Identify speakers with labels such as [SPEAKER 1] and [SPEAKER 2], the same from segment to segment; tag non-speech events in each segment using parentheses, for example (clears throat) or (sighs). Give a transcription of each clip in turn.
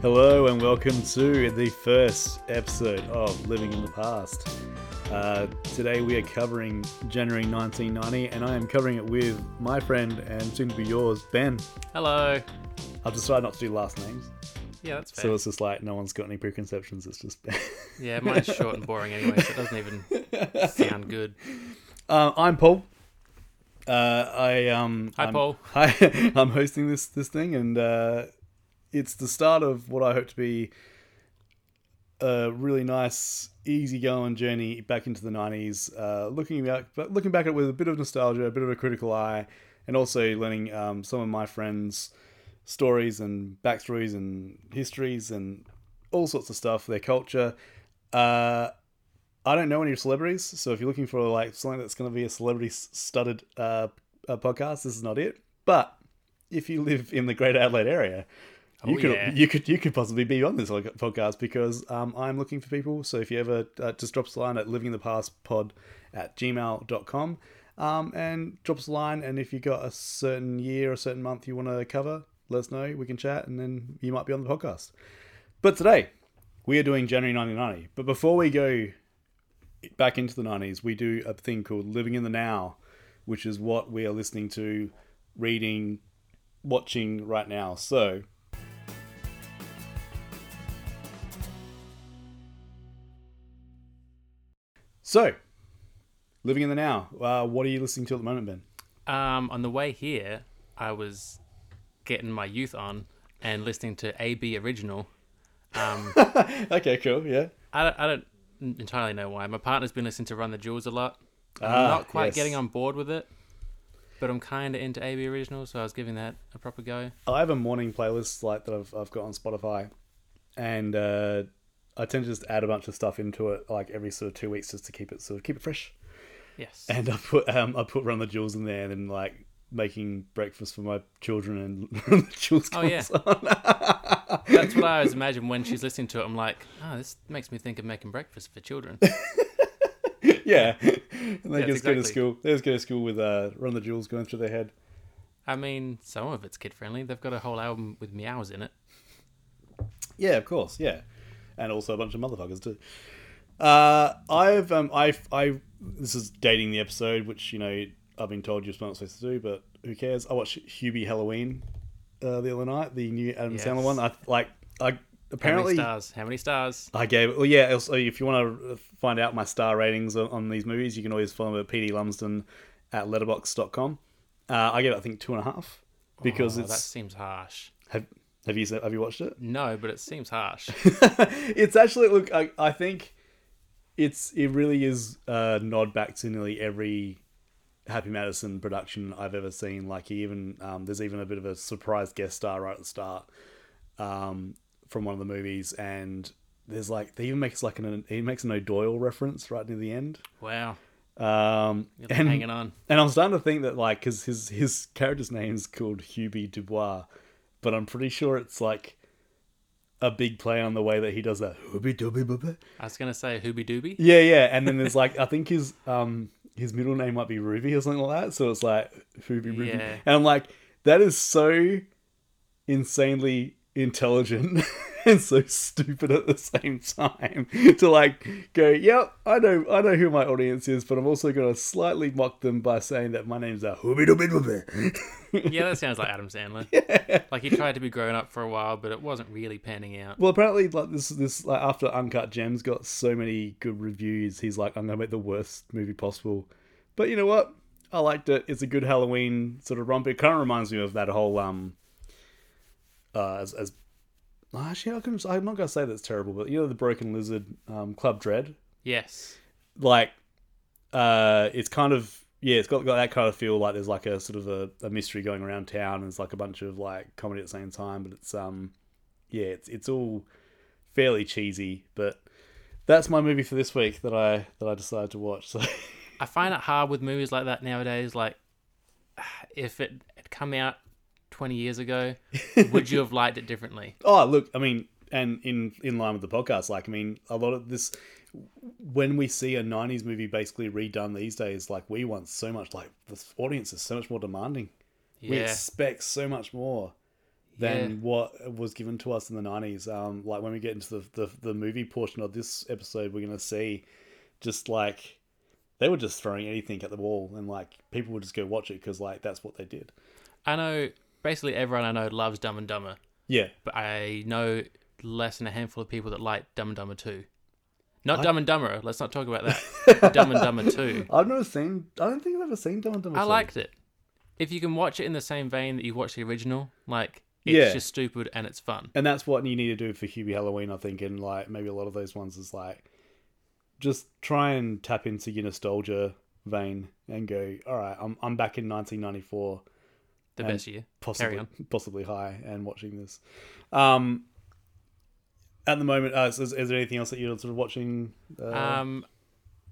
[SPEAKER 1] Hello and welcome to the first episode of Living in the Past. Uh, today we are covering January 1990, and I am covering it with my friend and soon to be yours, Ben.
[SPEAKER 2] Hello.
[SPEAKER 1] I've decided not to do last names,
[SPEAKER 2] Yeah, that's fair.
[SPEAKER 1] so it's just like no one's got any preconceptions. It's just Ben. (laughs)
[SPEAKER 2] yeah, mine's short and boring anyway, so it doesn't even sound good.
[SPEAKER 1] Uh, I'm Paul. Uh, I um.
[SPEAKER 2] Hi,
[SPEAKER 1] I'm,
[SPEAKER 2] Paul.
[SPEAKER 1] (laughs) Hi. I'm hosting this this thing, and uh, it's the start of what I hope to be a really nice, easygoing journey back into the '90s. Uh, looking back, but looking back at it with a bit of nostalgia, a bit of a critical eye, and also learning um, some of my friends' stories and backstories and histories and all sorts of stuff, their culture. Uh, I don't know any celebrities, so if you're looking for like something that's going to be a celebrity-studded uh, uh, podcast, this is not it. But if you live in the Greater Adelaide area, you
[SPEAKER 2] Oh,
[SPEAKER 1] could
[SPEAKER 2] yeah.
[SPEAKER 1] you could you could possibly be on this podcast because um, I'm looking for people. So if you ever uh, just drop us a line at livinginthepastpod at gmail.com um, and drop us a line. And if you got a certain year or certain month you want to cover, let us know. We can chat, and then you might be on the podcast. But today we are doing January 1990. But before we go back into the 90s, we do a thing called Living in the Now, which is what we are listening to, reading, watching right now. So, so Living in the Now, uh, what are you listening to at the moment, Ben?
[SPEAKER 2] Um, on the way here, I was getting my youth on and listening to AB Original. Um,
[SPEAKER 1] Okay, cool, yeah.
[SPEAKER 2] I, don't, I don't entirely know why. My partner's been listening to Run the Jewels a lot. I'm
[SPEAKER 1] Ah,
[SPEAKER 2] not quite
[SPEAKER 1] yes.
[SPEAKER 2] getting on board with it, but I'm kind of into AB Original, so I was giving that a proper go.
[SPEAKER 1] I have a morning playlist like that I've, I've got on Spotify, and uh, I tend to just add a bunch of stuff into it like every sort of two weeks just to keep it sort of keep it fresh. (laughs)
[SPEAKER 2] Yes.
[SPEAKER 1] And I put um, I put Run the Jewels in there, and then like making breakfast for my children and (laughs) Run the Jewels.
[SPEAKER 2] Oh,
[SPEAKER 1] comes
[SPEAKER 2] yeah.
[SPEAKER 1] on.
[SPEAKER 2] That's what I always imagine when she's listening to it. I'm like, oh, this makes me think of making breakfast for children.
[SPEAKER 1] (laughs) yeah. And they
[SPEAKER 2] Yes,
[SPEAKER 1] just go to
[SPEAKER 2] exactly.
[SPEAKER 1] school. They just go to school with uh, Run the Jewels going through their head.
[SPEAKER 2] I mean, some of it's kid friendly. They've got a whole album with meows in it.
[SPEAKER 1] Yeah, of course. Yeah, and also a bunch of motherfuckers too. Uh, I've um, I I this is dating the episode, which you know I've been told you're not supposed to do, but who cares? I watched Hubie Halloween uh, the other night, the new Adam
[SPEAKER 2] Yes.
[SPEAKER 1] Sandler one. I like I
[SPEAKER 2] How many
[SPEAKER 1] apparently
[SPEAKER 2] stars? How many stars?
[SPEAKER 1] I gave it. Well, yeah. Also, if you want to find out my star ratings on, on these movies, you can always follow me at PD Lumsden at letterbox.com. Uh, I gave it I think two and a half because
[SPEAKER 2] Oh, that
[SPEAKER 1] it's
[SPEAKER 2] seems harsh.
[SPEAKER 1] have, have you have you watched it?
[SPEAKER 2] No, but it
[SPEAKER 1] (laughs)
[SPEAKER 2] seems harsh.
[SPEAKER 1] it's actually look I, I think it's it really is a nod back to nearly every happy madison production i've ever seen like he even um, there's even a bit of a surprise guest star right at the start um, from one of the movies and there's like they even makes like an he makes an o'doyle reference right near the end
[SPEAKER 2] wow,
[SPEAKER 1] um,
[SPEAKER 2] You're
[SPEAKER 1] and
[SPEAKER 2] hanging on.
[SPEAKER 1] and I'm starting to think that like because his his character's name is called Hubie Dubois, but I'm pretty sure it's like a big play on the way that he does that Hubie Dubois. Bubba."
[SPEAKER 2] I was gonna say Hooby Dooby.
[SPEAKER 1] Yeah, yeah. And then there's like I think his um his middle name might be Ruby or something like that. So it's like Hubie Ruby,
[SPEAKER 2] Yeah.
[SPEAKER 1] and I'm like that is so insanely intelligent. (laughs) And so stupid at the same time (laughs) to like go, yep, I know, I know who my audience is, but I'm also going to slightly mock them by saying that my name's a Hubie Dubie (laughs) Dubie.
[SPEAKER 2] Yeah, that sounds like
[SPEAKER 1] (laughs)
[SPEAKER 2] Adam Sandler. Like he tried to be grown up for a while, but it wasn't really panning out.
[SPEAKER 1] Well, apparently, like this, this like after Uncut Gems got so many good reviews, he's like, I'm gonna make the worst movie possible. But you know what? I liked it. It's a good Halloween sort of romp. It kind of reminds me of that whole um, uh, as, as actually, I can, I'm not gonna say that's terrible, but you know the Broken Lizard um, Club Dread
[SPEAKER 2] Yes.
[SPEAKER 1] like uh it's kind of yeah it's got, got that kind of feel like there's like a sort of a, a mystery going around town and it's like a bunch of like comedy at the same time but it's um yeah it's it's all fairly cheesy but that's my movie for this week that i that i decided to watch (laughs) so
[SPEAKER 2] I find it hard with movies like that nowadays. Like, (sighs) if it had come out 20 years ago, would you have liked
[SPEAKER 1] (laughs)
[SPEAKER 2] it differently?
[SPEAKER 1] oh look i mean and in in line with the podcast like i mean a lot of this when we see a 90s movie basically redone these days like we want so much like the audience is so much more demanding
[SPEAKER 2] Yeah.
[SPEAKER 1] we expect so much more than
[SPEAKER 2] Yeah.
[SPEAKER 1] what was given to us in the 90s. Um, like when we get into the, the, the movie portion of this episode, we're going to see just like they were just throwing anything at the wall and like people would just go watch it because like that's what they did.
[SPEAKER 2] I know basically everyone I know loves Dumb and Dumber,
[SPEAKER 1] Yeah.
[SPEAKER 2] but I know less than a handful of people that like Dumb and Dumber 2. Not
[SPEAKER 1] I-
[SPEAKER 2] Dumb and Dumber, let's not talk about
[SPEAKER 1] (laughs)
[SPEAKER 2] that. Dumb and Dumber 2.
[SPEAKER 1] (clears throat) I've never seen, I don't think I've ever seen Dumb and Dumber.
[SPEAKER 2] I
[SPEAKER 1] two.
[SPEAKER 2] liked it. If you can watch it in the same vein that you watched the original, like it's
[SPEAKER 1] Yeah.
[SPEAKER 2] just stupid and it's fun.
[SPEAKER 1] And that's what you need to do for Hubie Halloween, I think, and like maybe a lot of those ones is like just try and tap into your nostalgia vein and go, all right, I'm I'm back in 1994,
[SPEAKER 2] The
[SPEAKER 1] And
[SPEAKER 2] best year. Carry
[SPEAKER 1] possibly
[SPEAKER 2] on.
[SPEAKER 1] possibly high, and watching this. Um, at the moment, uh, is, is there anything else that you're sort of watching? Uh,
[SPEAKER 2] Um,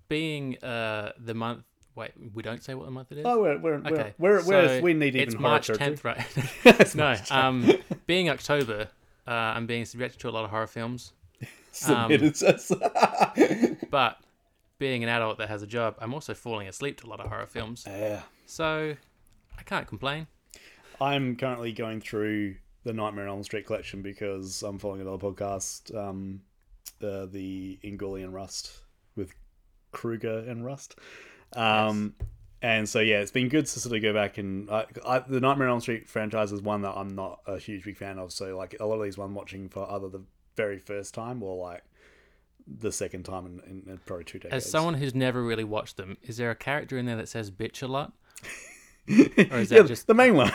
[SPEAKER 2] being uh the month. Wait, we don't say what the month it is.
[SPEAKER 1] oh, we're we're we're,
[SPEAKER 2] okay.
[SPEAKER 1] we're, we're-
[SPEAKER 2] so
[SPEAKER 1] we need even
[SPEAKER 2] It's
[SPEAKER 1] horror
[SPEAKER 2] March
[SPEAKER 1] territory.
[SPEAKER 2] 10th,
[SPEAKER 1] (laughs)
[SPEAKER 2] right? (laughs)
[SPEAKER 1] It's
[SPEAKER 2] no,
[SPEAKER 1] March 10th.
[SPEAKER 2] um, being October, uh, I'm being subjected to a lot of horror films. um,
[SPEAKER 1] (laughs) Submitted us.
[SPEAKER 2] But being an adult that has a job, I'm also falling asleep to a lot of horror films.
[SPEAKER 1] (laughs) yeah.
[SPEAKER 2] So I can't complain.
[SPEAKER 1] I'm currently going through the Nightmare on Elm Street collection because I'm following another podcast, um, uh, the Ingolian Rust with Kruger and Rust. Um, And so yeah, it's been good to sort of go back and I, I, the Nightmare on Elm Street franchise is one that I'm not a huge big fan of. So like a lot of these I'm watching for either the very first time or like the second time in, in, in probably two decades.
[SPEAKER 2] As someone who's never really watched them, is there a character in there that says bitch a lot? or is that
[SPEAKER 1] yeah,
[SPEAKER 2] just-
[SPEAKER 1] the main one?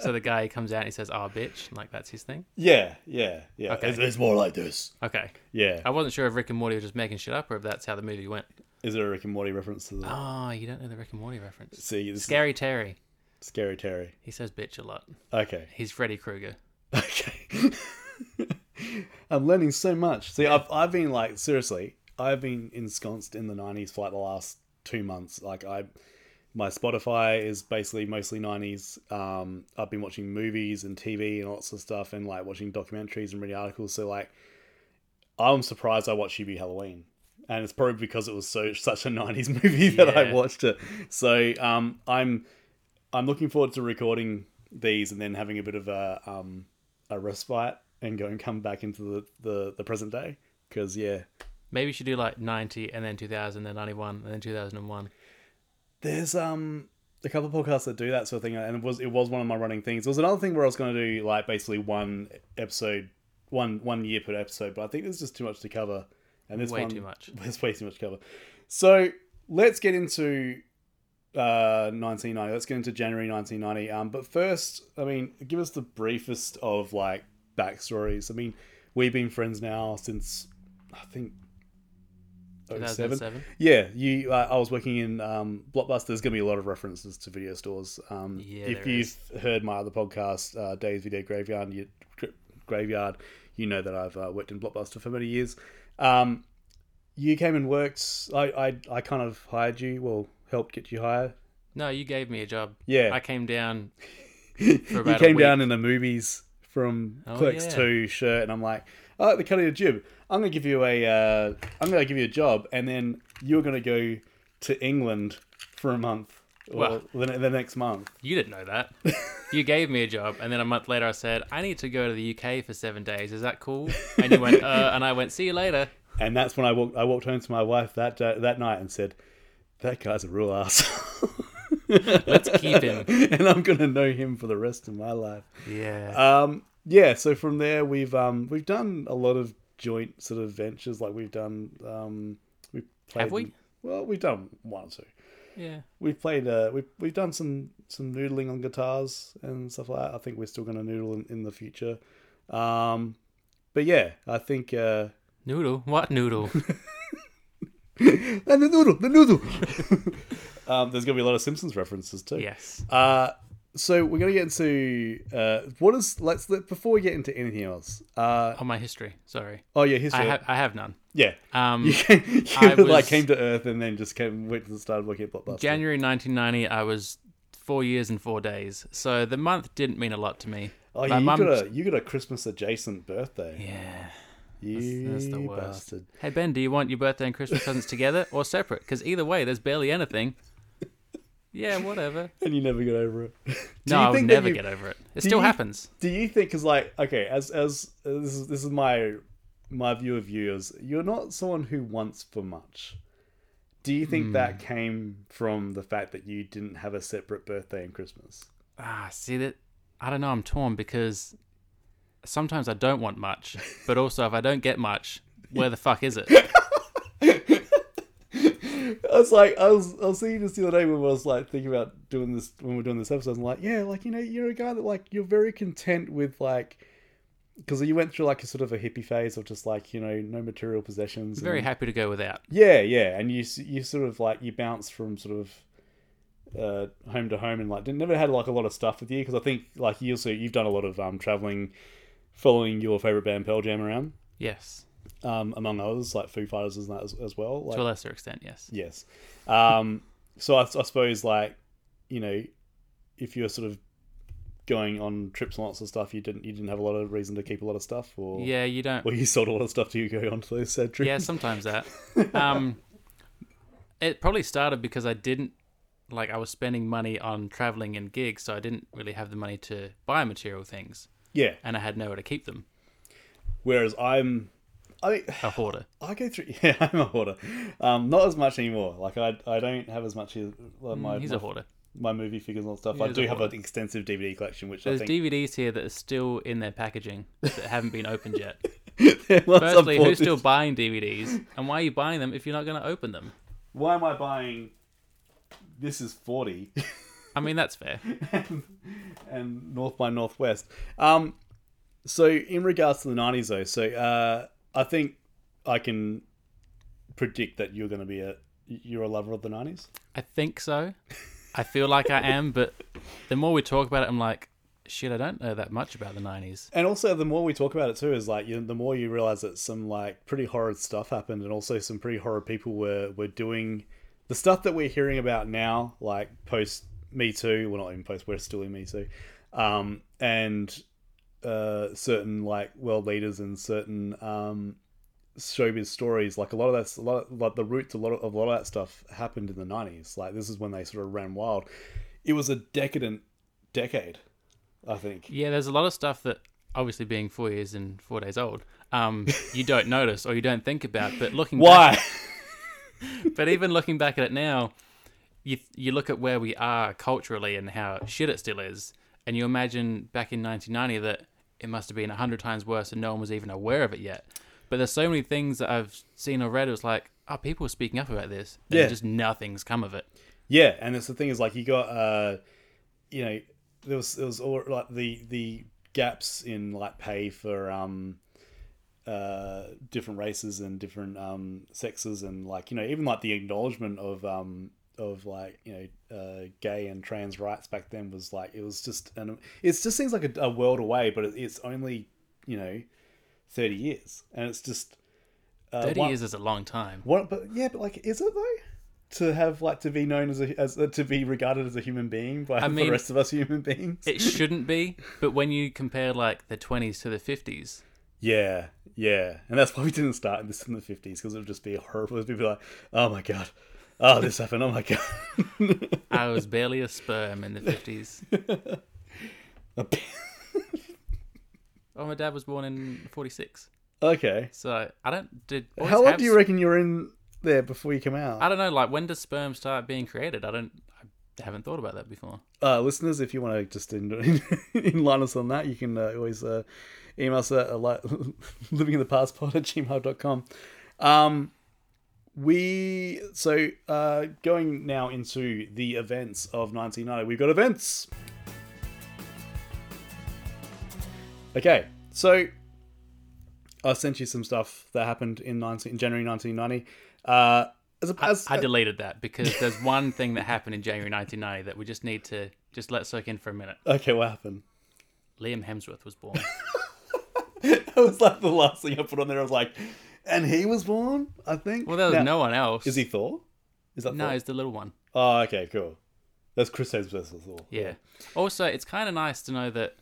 [SPEAKER 2] So the guy comes out and he says, oh, bitch. and, Like, that's his thing.
[SPEAKER 1] (laughs) yeah, yeah, yeah.
[SPEAKER 2] Okay.
[SPEAKER 1] It's, it's more like this.
[SPEAKER 2] Okay.
[SPEAKER 1] Yeah.
[SPEAKER 2] I wasn't sure if Rick and Morty were just making shit up or if that's how the movie went.
[SPEAKER 1] Is there a Rick and Morty reference to the?
[SPEAKER 2] Oh, you don't know the Rick and Morty reference.
[SPEAKER 1] See, this is
[SPEAKER 2] Scary Terry.
[SPEAKER 1] scary Terry.
[SPEAKER 2] He says bitch a lot.
[SPEAKER 1] Okay, (laughs)
[SPEAKER 2] He's Freddy Krueger.
[SPEAKER 1] okay. (laughs) I'm learning so much. See, I've I've been like seriously, I've been ensconced in the '90s for like the last two months. Like I, my Spotify is basically mostly '90s. Um, I've been watching movies and TV and lots of stuff, and like watching documentaries and reading articles. So like, I'm surprised I watched Hubie Halloween. and it's probably because it was so such a 90s (laughs) movie that I
[SPEAKER 2] Yeah.
[SPEAKER 1] watched it. So um, I'm I'm looking forward to recording these and then having a bit of a um, a respite and going come back into the the, the present day because yeah,
[SPEAKER 2] Maybe you should do like 90 and then 2000, then 91, and then 2001.
[SPEAKER 1] there's um a couple of podcasts that do that sort of thing and it was it was one of my running things. There was another thing where I was going to do like basically one episode one one year per episode, but I think there's just too much to cover. And this
[SPEAKER 2] Way
[SPEAKER 1] one,
[SPEAKER 2] too much.
[SPEAKER 1] (laughs) There's way too much cover. So let's get into uh, 1990. Let's get into January 1990. Um, but first, I mean, give us the briefest of like backstories. I mean, we've been friends now since I think 07.
[SPEAKER 2] 2007.
[SPEAKER 1] Yeah, you. Uh, I was working in um, Blockbuster. There's going to be a lot of references to video stores. Um,
[SPEAKER 2] Yeah,
[SPEAKER 1] if
[SPEAKER 2] there
[SPEAKER 1] you've heard my other podcast, uh, Days Video Graveyard, you, Gra- Graveyard, you know that I've uh, worked in Blockbuster for many years. Um, you came and worked. I, I, I kind of hired you. Well, helped get you hired.
[SPEAKER 2] No, you gave me a job.
[SPEAKER 1] Yeah,
[SPEAKER 2] I came down.
[SPEAKER 1] (laughs) you
[SPEAKER 2] about a
[SPEAKER 1] came
[SPEAKER 2] week.
[SPEAKER 1] down in the movies from
[SPEAKER 2] Oh,
[SPEAKER 1] Clerks
[SPEAKER 2] yeah.
[SPEAKER 1] Two shirt, and I'm like, I like the cut of your jib. I'm gonna give you a, uh, I'm gonna give you a job, and then you're gonna go to England for a month or
[SPEAKER 2] Well-
[SPEAKER 1] the, ne- the next month.
[SPEAKER 2] You didn't know that. you gave me a job, and then a month later I said, I need to go to the UK for seven days. Is that cool? And
[SPEAKER 1] (laughs)
[SPEAKER 2] you went, uh, and I went, see you later.
[SPEAKER 1] And that's when I walked, I walked home to my wife that day, that night and said, that guy's a real (laughs) asshole.
[SPEAKER 2] Let's keep him.
[SPEAKER 1] (laughs) and I'm gonna know him for the rest of my life.
[SPEAKER 2] Yeah.
[SPEAKER 1] Um, yeah, so from there we've um, we've done a lot of joint sort of ventures. Like we've done um, we played,
[SPEAKER 2] Have we?
[SPEAKER 1] Well, we've done one or two.
[SPEAKER 2] yeah.
[SPEAKER 1] We've played uh, we've we've done some some noodling on guitars and stuff like that. I think we're still going to noodle in, in the future. Um, but yeah, I think uh,
[SPEAKER 2] Noodle?
[SPEAKER 1] (laughs)
[SPEAKER 2] What noodle?
[SPEAKER 1] and the noodle, the noodle. (laughs) um, there's going to be a lot of Simpsons references too.
[SPEAKER 2] yes.
[SPEAKER 1] Uh, so we're going to get into uh, what is let's let, before we get into anything else. Uh,
[SPEAKER 2] Oh, my history. Sorry.
[SPEAKER 1] oh yeah, history.
[SPEAKER 2] I, ha- I have none.
[SPEAKER 1] Yeah,
[SPEAKER 2] Um,
[SPEAKER 1] (laughs) you, came, you
[SPEAKER 2] I
[SPEAKER 1] like
[SPEAKER 2] was-
[SPEAKER 1] came to Earth and then just came went to the start of looking at Blockbuster.
[SPEAKER 2] January 1990, I was four years and four days. So the month didn't mean a lot to me.
[SPEAKER 1] oh,
[SPEAKER 2] My
[SPEAKER 1] you
[SPEAKER 2] mum-
[SPEAKER 1] got a you got a Christmas adjacent birthday.
[SPEAKER 2] Yeah.
[SPEAKER 1] you
[SPEAKER 2] that's the worst.
[SPEAKER 1] bastard.
[SPEAKER 2] Hey,
[SPEAKER 1] (laughs)
[SPEAKER 2] Ben, do you want your birthday and Christmas presents together or separate? Because either way, there's barely anything. Yeah, whatever.
[SPEAKER 1] and you never get over it. (laughs) do
[SPEAKER 2] no,
[SPEAKER 1] you
[SPEAKER 2] I'll
[SPEAKER 1] think that
[SPEAKER 2] never
[SPEAKER 1] you-
[SPEAKER 2] get over it. It
[SPEAKER 1] do
[SPEAKER 2] still
[SPEAKER 1] you-
[SPEAKER 2] happens.
[SPEAKER 1] Do you think? Because like, okay, as as uh, this is this is my my view of you is you're not someone who wants for much. Do you think that
[SPEAKER 2] Hmm.
[SPEAKER 1] came from the fact that you didn't have a separate birthday and Christmas?
[SPEAKER 2] Ah, see that I don't know. I'm torn because sometimes I don't want much, but also if I don't get much, where the fuck is it?
[SPEAKER 1] I was like, I was, I was thinking this the other day when I was like thinking about doing this when we we're doing this episode. I'm like, yeah, like you know, you're a guy that like you're very content with like because you went through like a sort of a hippie phase of just like you know no material possessions.
[SPEAKER 2] Very
[SPEAKER 1] and,
[SPEAKER 2] happy to go without.
[SPEAKER 1] yeah, yeah, and you s- you sort of like you bounce from sort of uh, home to home and like didn't- never had like a lot of stuff with you because I think like you also you've done a lot of um traveling, following your favorite band Pearl Jam around
[SPEAKER 2] Yes,
[SPEAKER 1] um among others like Foo Fighters and that as, as well. Like,
[SPEAKER 2] to a lesser extent. Yes.
[SPEAKER 1] Yes. Um, so I, I suppose, like, you know, if you're sort of going on trips and lots of stuff, you didn't you didn't have a lot of reason to keep a lot of stuff, or
[SPEAKER 2] Yeah, you don't.
[SPEAKER 1] or you (laughs) sold a lot of stuff to go on to those said trips.
[SPEAKER 2] Yeah, sometimes (laughs) that. Um, it probably started because I didn't like I was spending money on traveling and gigs, so I didn't really have the money to buy material things,
[SPEAKER 1] Yeah.
[SPEAKER 2] and I had nowhere to keep them.
[SPEAKER 1] Whereas I'm, I mean,
[SPEAKER 2] A hoarder.
[SPEAKER 1] I go through. (laughs) Yeah, I'm a hoarder. Um, not as much anymore. Like I, I don't have as much as like, my
[SPEAKER 2] He's
[SPEAKER 1] my,
[SPEAKER 2] a hoarder.
[SPEAKER 1] my movie figures and stuff.
[SPEAKER 2] He
[SPEAKER 1] I
[SPEAKER 2] is
[SPEAKER 1] do
[SPEAKER 2] a
[SPEAKER 1] have an
[SPEAKER 2] hoarder.
[SPEAKER 1] extensive DVD collection, which
[SPEAKER 2] There's
[SPEAKER 1] I think.
[SPEAKER 2] DVDs here that are still in their packaging that haven't been opened
[SPEAKER 1] (laughs)
[SPEAKER 2] yet.
[SPEAKER 1] Once I
[SPEAKER 2] Firstly,
[SPEAKER 1] bought this-
[SPEAKER 2] who's still buying DVDs, and why are you buying them if you're not going to open them?
[SPEAKER 1] Why am I buying? This is forty.
[SPEAKER 2] I mean, that's fair.
[SPEAKER 1] and North by Northwest. Um, so in regards to the nineties, though, so uh, I think I can predict that you're going to be a you're a lover of the nineties.
[SPEAKER 2] I think so. I feel like I am, but the more we talk about it, I'm like, shit, I don't know that much about the 90s.
[SPEAKER 1] And also, the more we talk about it too, is like you the more you realize that some like pretty horrid stuff happened, and also some pretty horrid people were were doing the stuff that we're hearing about now, like post Me Too. Well, not even post. We're still in Me Too, um, and uh, certain like world leaders and certain um, showbiz stories. Like a lot of that's a lot of, like the roots. A lot of, of a lot of that stuff happened in the nineties. Like this is when they sort of ran wild. It was a decadent decade, I think.
[SPEAKER 2] Yeah, there's a lot of stuff that, obviously, being four years and four days old, um, you don't notice or you don't think about. But looking
[SPEAKER 1] Why?
[SPEAKER 2] back, but even looking back at it now, you you look at where we are culturally and how shit it still is, and you imagine back in 1990 that it must have been hundred times worse and no one was even aware of it yet. But there's so many things that I've seen or read. It was like, oh, people are speaking up about this, and
[SPEAKER 1] Yeah.
[SPEAKER 2] just nothing's come of it.
[SPEAKER 1] Yeah, and it's the thing is like you got uh you know there was there was all like the the gaps in like pay for um uh different races and different um sexes and like you know even like the acknowledgement of um of like you know uh gay and trans rights back then was like it was just and it just seems like a, a world away but it, it's only you know 30 years and it's just uh,
[SPEAKER 2] Thirty
[SPEAKER 1] one-
[SPEAKER 2] years is a long time.
[SPEAKER 1] what? But yeah, but like, is it though? To have like to be known as a as uh, to be regarded as a human being by the
[SPEAKER 2] mean-
[SPEAKER 1] rest of us human beings.
[SPEAKER 2] It shouldn't be, but when you compare like the 20s to the 50s,
[SPEAKER 1] yeah, yeah, and that's why we didn't start in this in the fifties because it would just be horrible. It'd be like, oh my god, oh this happened, oh my god. (laughs)
[SPEAKER 2] I was barely a sperm in the 50s. (laughs) Oh, my dad was born in 46.
[SPEAKER 1] okay,
[SPEAKER 2] So I don't. Did boys
[SPEAKER 1] how long
[SPEAKER 2] have
[SPEAKER 1] do you
[SPEAKER 2] sp-
[SPEAKER 1] reckon you're in there before you come out?
[SPEAKER 2] I don't know. Like, when does sperm start being created? I don't. I haven't thought about that before.
[SPEAKER 1] uh, listeners, if you want to just in, (laughs) in, line us on that, you can uh, always uh, email us at uh, li- (laughs) living in the passport at gmail.com. Um, we so uh, going now into the events of 1990. We've got events. Okay, so I sent you some stuff that happened in 19, January 1990. Uh, as a, as,
[SPEAKER 2] I deleted that because there's one thing that happened in January 1990 that we just need to just let soak in for a minute.
[SPEAKER 1] okay, what happened?
[SPEAKER 2] Liam Hemsworth was born.
[SPEAKER 1] (laughs) That was like the last thing I put on there. I was like, and he was born, I think.
[SPEAKER 2] Well, there was
[SPEAKER 1] Now-
[SPEAKER 2] no one else.
[SPEAKER 1] Is he Thor? Is that
[SPEAKER 2] No,
[SPEAKER 1] Thor?
[SPEAKER 2] he's the little one.
[SPEAKER 1] Oh, okay, cool. That's Chris Hemsworth as Thor.
[SPEAKER 2] Yeah. Also, it's kind of nice to know that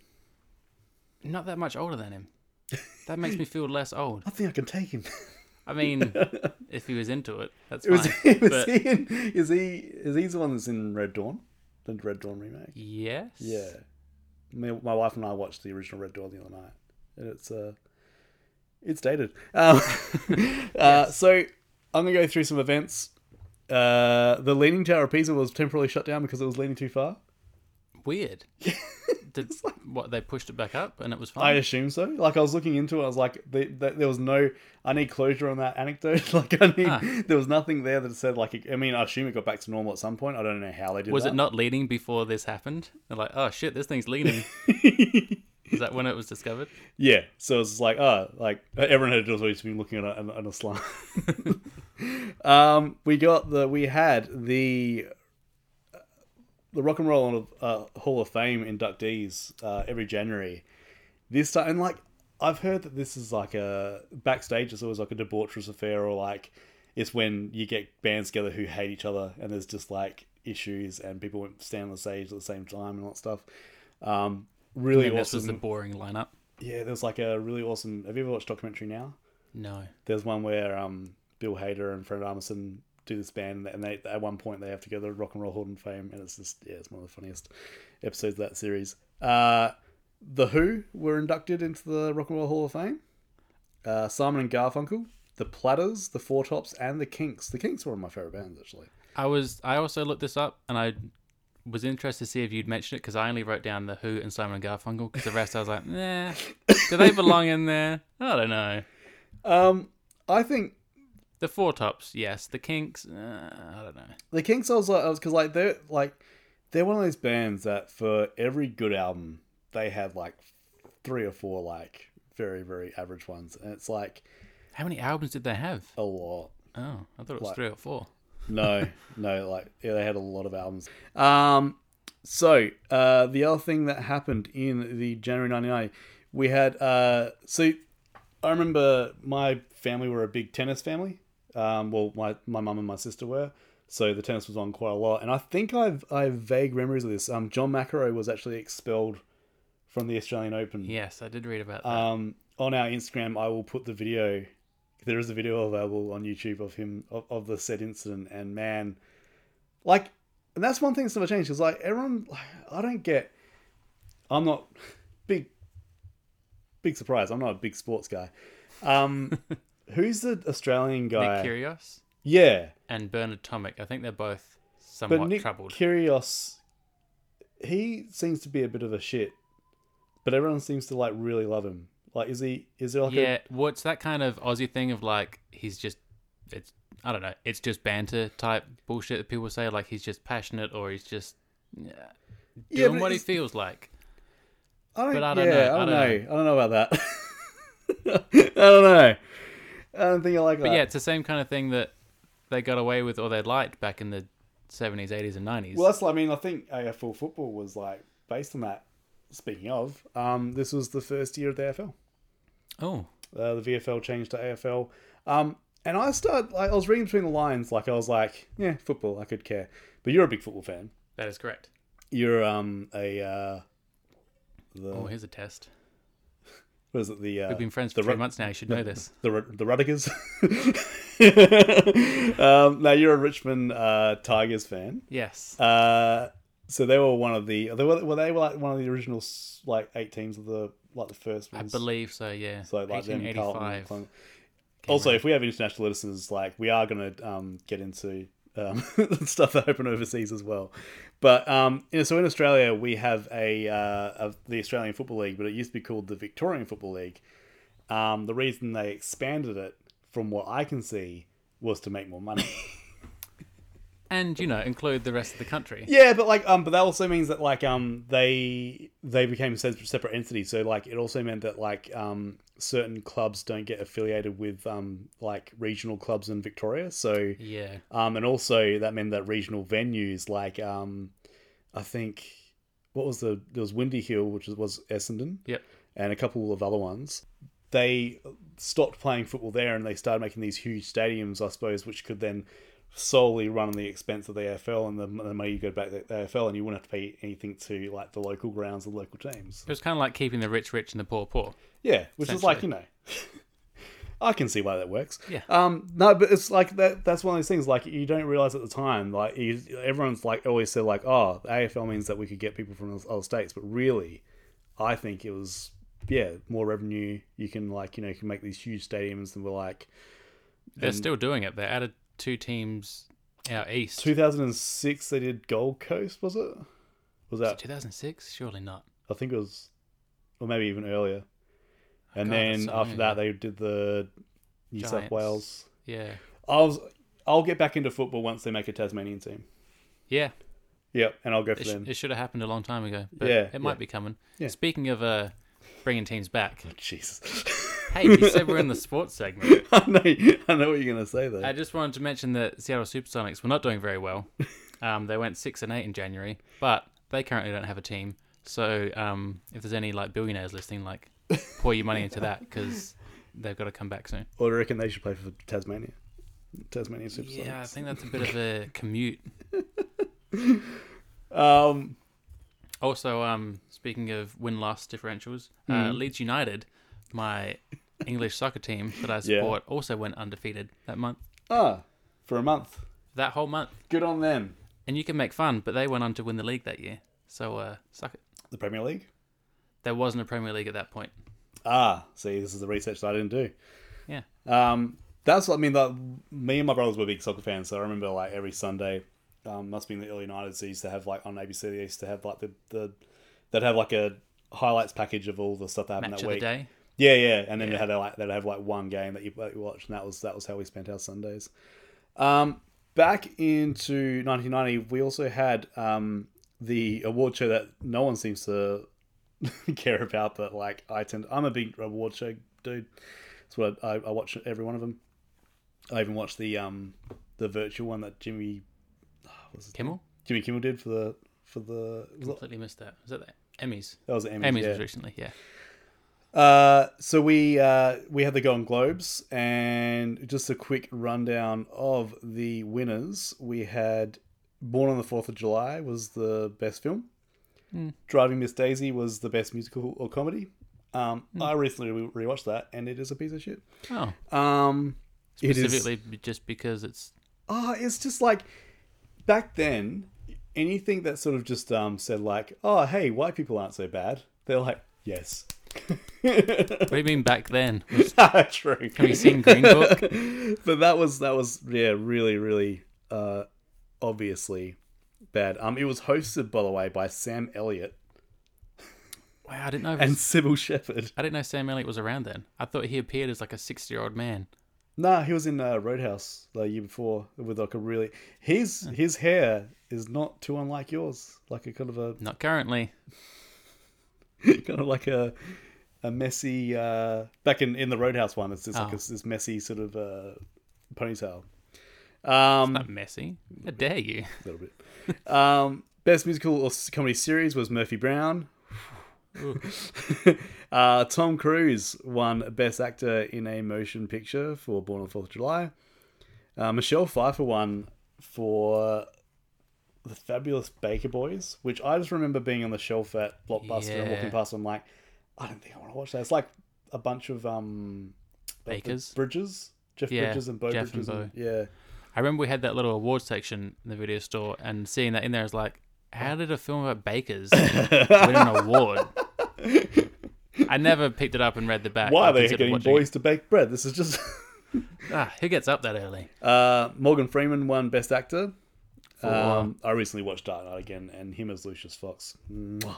[SPEAKER 2] not that much older than him. That makes me feel less old.
[SPEAKER 1] I think I can take him.
[SPEAKER 2] I
[SPEAKER 1] (laughs)
[SPEAKER 2] mean, if he was into it, that's
[SPEAKER 1] Was, (laughs)
[SPEAKER 2] fine.
[SPEAKER 1] he, was
[SPEAKER 2] but
[SPEAKER 1] he in, is he is he the one that's in Red Dawn? The Red Dawn remake.
[SPEAKER 2] yes,
[SPEAKER 1] Yeah. Me, my wife and I watched the original Red Dawn the other night, and it's uh, it's dated. Um, (laughs) uh, so I'm gonna go through some events. Uh, the Leaning Tower of Pisa was temporarily shut down because it was leaning too far. (laughs)
[SPEAKER 2] weird. Did, what they pushed it back up and it was
[SPEAKER 1] I
[SPEAKER 2] fine.
[SPEAKER 1] assume so. Like I was looking into it, I was like, the, the, there was no. I need closure on that anecdote. (laughs) like I need,
[SPEAKER 2] Ah.
[SPEAKER 1] there was nothing there that said like. I mean, I assume it got back to normal at some point. I don't know how they did.
[SPEAKER 2] was
[SPEAKER 1] that.
[SPEAKER 2] it not leaning before this happened? They're like, oh shit, this
[SPEAKER 1] (laughs)
[SPEAKER 2] thing's leaning. Is that when it was discovered?
[SPEAKER 1] Yeah, so it's just like, oh, like everyone had just been looking at a, at a slime. (laughs) um, we got the we had the uh, the Rock and Roll uh, Hall of Fame inductees uh, every January. This time, and like I've heard that this is like a backstage. It's always like a debaucherous affair, or like it's when you get bands together who hate each other, and there's just like issues, and people won't stand on the stage at the same time and all that stuff. Um, really
[SPEAKER 2] And this
[SPEAKER 1] awesome.
[SPEAKER 2] was the boring lineup.
[SPEAKER 1] Yeah, there's like a really awesome. Have you ever watched documentary now?
[SPEAKER 2] No.
[SPEAKER 1] There's one where um, Bill Hader and Fred Armisen do this band, and they at one point they have together Rock and Roll Hall of Fame, and it's just yeah, it's one of the funniest episodes of that series. Uh, the Who were inducted into the Rock and Roll Hall of Fame. Uh, Simon and Garfunkel, the Platters, the Four Tops, and the Kinks. The Kinks were one of my favorite bands actually.
[SPEAKER 2] I was. I also looked this up, and I was interested to see if you'd mention it because I only wrote down the Who and Simon and Garfunkel. Because the rest, I was like,
[SPEAKER 1] (laughs)
[SPEAKER 2] nah, do they belong in there? I don't know.
[SPEAKER 1] Um, I think
[SPEAKER 2] The Four Tops, yes. The Kinks, uh, I don't know.
[SPEAKER 1] The Kinks, I was like, I was because like they're like they're one of those bands that for every good album they have like three or four like very very average ones, and it's like
[SPEAKER 2] How many albums did they have?
[SPEAKER 1] a lot.
[SPEAKER 2] Oh, I thought it was
[SPEAKER 1] Like-
[SPEAKER 2] three or four.
[SPEAKER 1] No, no, like yeah, they had a lot of albums. Um, so uh, the other thing that happened in the January '99, we had uh, so I remember my family were a big tennis family. Um, well, my my mum and my sister were, so the tennis was on quite a lot. And I think I've I have vague memories of this. Um, John McEnroe was actually expelled from the Australian Open.
[SPEAKER 2] Yes, I did read about that.
[SPEAKER 1] Um, on our Instagram, I will put the video. There is a video available on YouTube of him of, of the said incident, and man, like, and that's one thing that's never changed because like everyone, like, I don't get. I'm not (laughs) big. Big surprise! I'm not a big sports guy.
[SPEAKER 2] (laughs)
[SPEAKER 1] Um, who's the Australian guy?
[SPEAKER 2] Nick Kyrgios
[SPEAKER 1] yeah,
[SPEAKER 2] and Bernard Tomic. I think they're both
[SPEAKER 1] but
[SPEAKER 2] somewhat
[SPEAKER 1] Nick
[SPEAKER 2] troubled.
[SPEAKER 1] Kyrgios, he seems to be a bit of a shit, but everyone seems to like really love him. Like, is he? Is there like a
[SPEAKER 2] yeah, what's that kind of Aussie thing of like he's just it's I don't know, it's just banter type bullshit that people say like he's just passionate or he's just yeah,
[SPEAKER 1] Yeah,
[SPEAKER 2] doing
[SPEAKER 1] but
[SPEAKER 2] what he
[SPEAKER 1] it's-
[SPEAKER 2] feels like.
[SPEAKER 1] I don't,
[SPEAKER 2] But I don't
[SPEAKER 1] yeah,
[SPEAKER 2] know,
[SPEAKER 1] I
[SPEAKER 2] I
[SPEAKER 1] don't,
[SPEAKER 2] don't
[SPEAKER 1] know. I don't know about that. (laughs) I don't know. I don't think I like
[SPEAKER 2] But
[SPEAKER 1] that.
[SPEAKER 2] yeah, it's the same kind of thing that they got away with or they liked back in the 70s, 80s and 90s.
[SPEAKER 1] Well, that's. I mean, I think AFL football was like based on that. Speaking of, um, this was the first year of the AFL.
[SPEAKER 2] oh,
[SPEAKER 1] Uh, the VFL changed to AFL, um, and I started. Like, I was reading between the lines. Like I was like, yeah, football. I could care. But you're a big football fan.
[SPEAKER 2] that is correct.
[SPEAKER 1] You're um a uh, the
[SPEAKER 2] Oh, here's a test.
[SPEAKER 1] what is it the uh,
[SPEAKER 2] We've been friends for
[SPEAKER 1] the
[SPEAKER 2] three
[SPEAKER 1] Ru-
[SPEAKER 2] months now. You should
[SPEAKER 1] (laughs)
[SPEAKER 2] know this.
[SPEAKER 1] the Ru- the
[SPEAKER 2] (laughs)
[SPEAKER 1] Rudigers. um, now you're a Richmond uh, Tigers fan,
[SPEAKER 2] Yes.
[SPEAKER 1] uh, so they were one of the they were, were they like one of the original s- like eight teams of the like the first
[SPEAKER 2] I
[SPEAKER 1] ones.
[SPEAKER 2] believe so, yeah.
[SPEAKER 1] so like them, Carlton,
[SPEAKER 2] 1885.
[SPEAKER 1] Clon- Also, if we have international listeners, like we are going to um, get into um, (laughs) stuff that happened overseas as well. But um, yeah, so in Australia, we have a uh, of the Australian Football League, but it used to be called the Victorian Football League. Um, the reason they expanded it, from what I can see, was to make more money. (laughs)
[SPEAKER 2] and you know, include the rest of the country.
[SPEAKER 1] yeah, but like, um, but that also means that like, um, they they became se- separate entities. So like, it also meant that like, um, certain clubs don't get affiliated with um, like regional clubs in Victoria. So
[SPEAKER 2] Yeah.
[SPEAKER 1] Um, and also that meant that regional venues like um, I think what was the there was Windy Hill, which was, was Essendon,
[SPEAKER 2] Yep.
[SPEAKER 1] and a couple of other ones. They stopped playing football there, and they started making these huge stadiums, I suppose, which could then solely run on the expense of the AFL, and the, the money you go back to the AFL, and you wouldn't have to pay anything to like the local grounds and local teams.
[SPEAKER 2] It was kind of like keeping the rich rich and the poor poor.
[SPEAKER 1] Yeah, which is like you know, (laughs) I can see why that works.
[SPEAKER 2] Yeah.
[SPEAKER 1] Um. No, but it's like that. That's one of those things. Like you don't realize at the time. Like you, everyone's like always said like, oh, the AFL means that we could get people from other states, but really, I think it was yeah more revenue. You can like you know you can make these huge stadiums, and we're like
[SPEAKER 2] They're still doing it. They added two teams out east.
[SPEAKER 1] 2006 they did Gold Coast. Was it? Was that?
[SPEAKER 2] 2006? Surely not.
[SPEAKER 1] I think it was, or maybe even earlier. And
[SPEAKER 2] God, that's
[SPEAKER 1] then
[SPEAKER 2] so
[SPEAKER 1] after
[SPEAKER 2] long
[SPEAKER 1] that, they did the New South
[SPEAKER 2] Giants.
[SPEAKER 1] Wales.
[SPEAKER 2] Yeah.
[SPEAKER 1] I was. I'll get back into football once they make a Tasmanian team.
[SPEAKER 2] Yeah.
[SPEAKER 1] Yep, and I'll go for
[SPEAKER 2] It, sh-
[SPEAKER 1] them.
[SPEAKER 2] it should have happened a long time ago. But
[SPEAKER 1] Yeah,
[SPEAKER 2] It might
[SPEAKER 1] yeah.
[SPEAKER 2] be coming.
[SPEAKER 1] Yeah.
[SPEAKER 2] Speaking of uh, bringing teams back,
[SPEAKER 1] Jesus. (laughs)
[SPEAKER 2] hey, you said we're in the sports segment.
[SPEAKER 1] I know. I know what you're gonna say though.
[SPEAKER 2] I just wanted to mention that Seattle Supersonics were not doing very (laughs) well. Um, they went six and eight in January, but they currently don't have a team. So um, if there's any like billionaires listening, like pour your money into that because they've got to come back soon.
[SPEAKER 1] Or I reckon they should play for Tasmania. Tasmania Super
[SPEAKER 2] Yeah, I think that's a bit (laughs) of a commute.
[SPEAKER 1] Um.
[SPEAKER 2] Also, um, speaking of win loss differentials, uh, Leeds United, my English soccer team that I
[SPEAKER 1] Yeah.
[SPEAKER 2] support, also went undefeated that month,
[SPEAKER 1] Ah, for a month.
[SPEAKER 2] that whole month.
[SPEAKER 1] Good on them.
[SPEAKER 2] And you can make fun, but they went on to win the league that year. So uh, suck it.
[SPEAKER 1] The Premier League.
[SPEAKER 2] There wasn't a Premier League at that point.
[SPEAKER 1] Ah, see, this is the research that I didn't do.
[SPEAKER 2] Yeah.
[SPEAKER 1] Um, that's what I mean. Like, me and my brothers were big soccer fans, so I remember like every Sunday, um, must be in the early nineties. They used to have like on ABC, they used to have like the, the they'd have like a highlights package of all the stuff that happened
[SPEAKER 2] Match
[SPEAKER 1] that
[SPEAKER 2] of
[SPEAKER 1] week.
[SPEAKER 2] the day.
[SPEAKER 1] Yeah, yeah, and then they had like they'd have like one game that you, that you watched, and that was that was how we spent our Sundays. Um, back into 1990, we also had um, the award show that no one seems to (laughs) care about, but like I tend, I'm a big award show dude. That's what I, I watch every one of them. I even watched the um, the virtual one that Jimmy
[SPEAKER 2] Kimmel?
[SPEAKER 1] Jimmy Kimmel did for the for the was that-
[SPEAKER 2] Completely missed that. Was that the Emmys?
[SPEAKER 1] that was the Emmys,
[SPEAKER 2] Emmys
[SPEAKER 1] yeah.
[SPEAKER 2] was recently, yeah.
[SPEAKER 1] Uh, so we uh, we had the Golden Globes, and just a quick rundown of the winners. We had Born on the Fourth of July was the best film. Driving Miss Daisy was the best musical or comedy. Um, I recently re- rewatched that, and it is a piece of shit.
[SPEAKER 2] Oh,
[SPEAKER 1] Um, it is-
[SPEAKER 2] specifically b- just because it's
[SPEAKER 1] Ah, it's just like back then, anything that sort of just um, said like, "Oh, hey, white people aren't so bad," they're like, "Yes." (laughs)
[SPEAKER 2] what do you mean back then? (laughs) Was-
[SPEAKER 1] True.
[SPEAKER 2] Have you seen Green Book?
[SPEAKER 1] (laughs) but that was that was yeah really really uh obviously bad um it was hosted by the way by sam elliott
[SPEAKER 2] Wow, I didn't know. if
[SPEAKER 1] and (laughs) sybil shepherd
[SPEAKER 2] I didn't know Sam Elliott was around then. I thought he appeared as like a sixty-year-old man.
[SPEAKER 1] nah he was in uh, roadhouse the year before with like a really his his hair is not too unlike yours like a kind of a (laughs)
[SPEAKER 2] Not currently.
[SPEAKER 1] kind of like a a messy uh back in in the roadhouse one it's just like
[SPEAKER 2] Oh.
[SPEAKER 1] this, this messy sort of uh ponytail um
[SPEAKER 2] Not messy. How dare you?
[SPEAKER 1] a little bit. Um, best musical or s- comedy series was Murphy Brown. (laughs) uh, Tom Cruise won Best Actor in a Motion Picture for Born on the Fourth of July. Uh, Michelle Pfeiffer won for the Fabulous Baker Boys, which I just remember being on the shelf at Blockbuster and
[SPEAKER 2] Yeah.
[SPEAKER 1] walking past. I'm like, I don't think I want to watch that. It's like a bunch of um, like the
[SPEAKER 2] Bakers?
[SPEAKER 1] Bridges, Jeff
[SPEAKER 2] Yeah,
[SPEAKER 1] Bridges and Bo
[SPEAKER 2] Jeff and
[SPEAKER 1] Bridges,
[SPEAKER 2] Bo.
[SPEAKER 1] and- yeah.
[SPEAKER 2] I remember we had that little award section in the video store, and seeing that in there, I was like, "How did a film
[SPEAKER 1] (laughs)
[SPEAKER 2] about bakers win an award?" I never picked it up and read the back.
[SPEAKER 1] Why
[SPEAKER 2] or
[SPEAKER 1] are they
[SPEAKER 2] considered
[SPEAKER 1] getting
[SPEAKER 2] watching it.
[SPEAKER 1] boys to bake bread? This is just.
[SPEAKER 2] Ah, who gets up that early?
[SPEAKER 1] Uh, Morgan Freeman won Best Actor.
[SPEAKER 2] For-
[SPEAKER 1] Um, I recently watched Dark Knight again, and him as Lucius Fox. Mwah.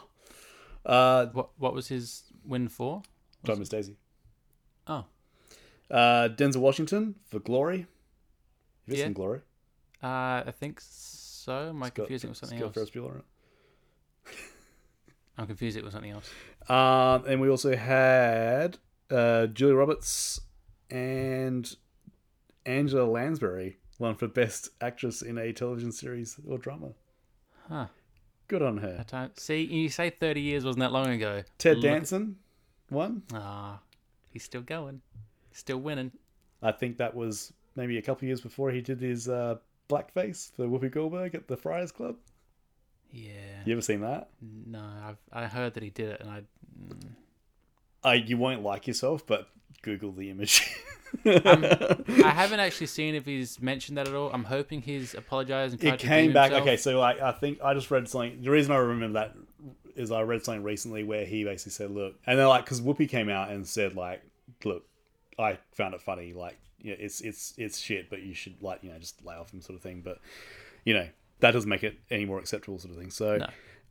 [SPEAKER 1] Uh,
[SPEAKER 2] What What was his win for?
[SPEAKER 1] Time is Daisy.
[SPEAKER 2] Oh,
[SPEAKER 1] Uh, Denzel Washington for Glory. Have you
[SPEAKER 2] Yeah.
[SPEAKER 1] seen Glory?
[SPEAKER 2] uh, I think so. Am I confusing it with something else?
[SPEAKER 1] Ferris Bueller. in
[SPEAKER 2] I'm confused it with something else.
[SPEAKER 1] it. Um, and we also had uh, Julia Roberts and Angela Lansbury won for Best Actress in a Television Series or Drama.
[SPEAKER 2] Huh.
[SPEAKER 1] Good on her.
[SPEAKER 2] That time. See, you say 30 years wasn't that long ago.
[SPEAKER 1] Ted
[SPEAKER 2] Look-
[SPEAKER 1] Danson won.
[SPEAKER 2] Ah, he's still going, still winning.
[SPEAKER 1] I think that was maybe a couple of years before he did his uh, blackface for Whoopi Goldberg at the Friars Club.
[SPEAKER 2] Yeah.
[SPEAKER 1] You ever seen that?
[SPEAKER 2] No, I've I heard that he did it, and I. mm.
[SPEAKER 1] Uh, you won't like yourself, but Google the image.
[SPEAKER 2] Um,
[SPEAKER 1] (laughs)
[SPEAKER 2] I haven't actually seen if he's mentioned that at all. I'm hoping he's apologized and tried
[SPEAKER 1] it
[SPEAKER 2] to
[SPEAKER 1] came
[SPEAKER 2] redeem
[SPEAKER 1] back.
[SPEAKER 2] himself.
[SPEAKER 1] Okay, so I, I think I just read something. The reason I remember that is I read something recently where he basically said, "Look," and they're like, because Whoopi came out and said, "Like, look, I found it funny. Like, you know, it's it's it's shit, but you should like, you know, just lay off him, sort of thing." But you know, that doesn't make it any more acceptable, sort of thing. So,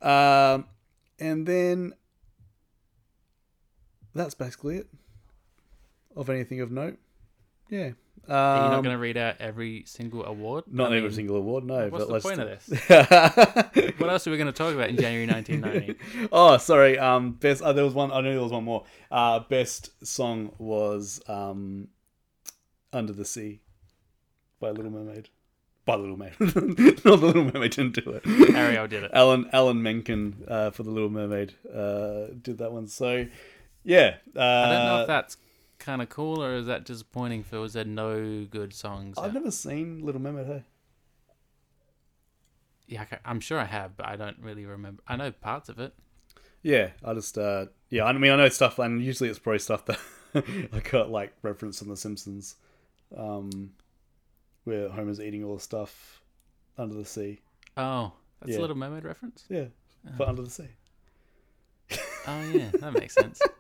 [SPEAKER 1] um, and then that's basically it of anything of note. Yeah. Um,
[SPEAKER 2] Are you not going to read out every single award?
[SPEAKER 1] not
[SPEAKER 2] I
[SPEAKER 1] every
[SPEAKER 2] mean,
[SPEAKER 1] single award, no.
[SPEAKER 2] What's
[SPEAKER 1] but
[SPEAKER 2] the
[SPEAKER 1] let's
[SPEAKER 2] point of
[SPEAKER 1] do-
[SPEAKER 2] this? What else are we going to talk about
[SPEAKER 1] (laughs)
[SPEAKER 2] in January 1990?
[SPEAKER 1] oh, sorry. Um, best. Oh, there was one. I knew there was one more. Uh, best song was um, "Under the Sea" by Little Mermaid. By Little Mermaid, (laughs) not the Little Mermaid didn't do it.
[SPEAKER 2] Ariel did it.
[SPEAKER 1] Alan Alan Menken uh, for the Little Mermaid uh, did that one. So, yeah. Uh,
[SPEAKER 2] I don't know if that's kind of cool or is that disappointing for was there no good songs?
[SPEAKER 1] I've never seen Little Mermaid. Hey?
[SPEAKER 2] yeah, I ca- I'm sure I have, but I don't really remember. I know parts of it.
[SPEAKER 1] Yeah, I just uh yeah, I mean I know stuff and usually it's probably stuff that (laughs) I got like reference from The Simpsons. Um where Homer's eating all the stuff under the sea.
[SPEAKER 2] Oh, that's
[SPEAKER 1] Yeah.
[SPEAKER 2] a Little Mermaid reference.
[SPEAKER 1] Yeah. For under the sea.
[SPEAKER 2] Oh yeah, that makes sense.
[SPEAKER 1] (laughs)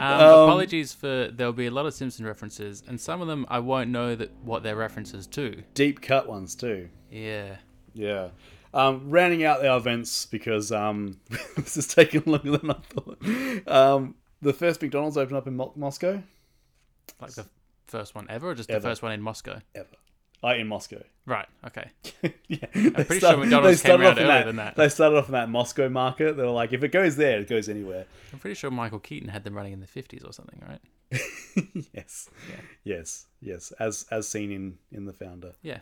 [SPEAKER 1] Um,
[SPEAKER 2] apologies for there'll be a lot of Simpson references, and some of them I won't know that what they're references to.
[SPEAKER 1] Deep cut ones too.
[SPEAKER 2] Yeah,
[SPEAKER 1] Yeah. Um, rounding out our events because um, (laughs) this has taken longer than I thought. Um, the first McDonald's opened up in Mo- Moscow.
[SPEAKER 2] like the first one ever, or just
[SPEAKER 1] Ever.
[SPEAKER 2] the first one in Moscow.
[SPEAKER 1] Ever. I in Moscow. (laughs)
[SPEAKER 2] Right. Okay.
[SPEAKER 1] yeah, I'm
[SPEAKER 2] pretty sure McDonald's came around earlier than that.
[SPEAKER 1] They started off in that Moscow market. They were like, if it goes there, it goes anywhere.
[SPEAKER 2] I'm pretty sure Michael Keaton had them running in the 50s or something, right?
[SPEAKER 1] (laughs) yes, yes, yes. As as seen in in the founder.
[SPEAKER 2] Yeah.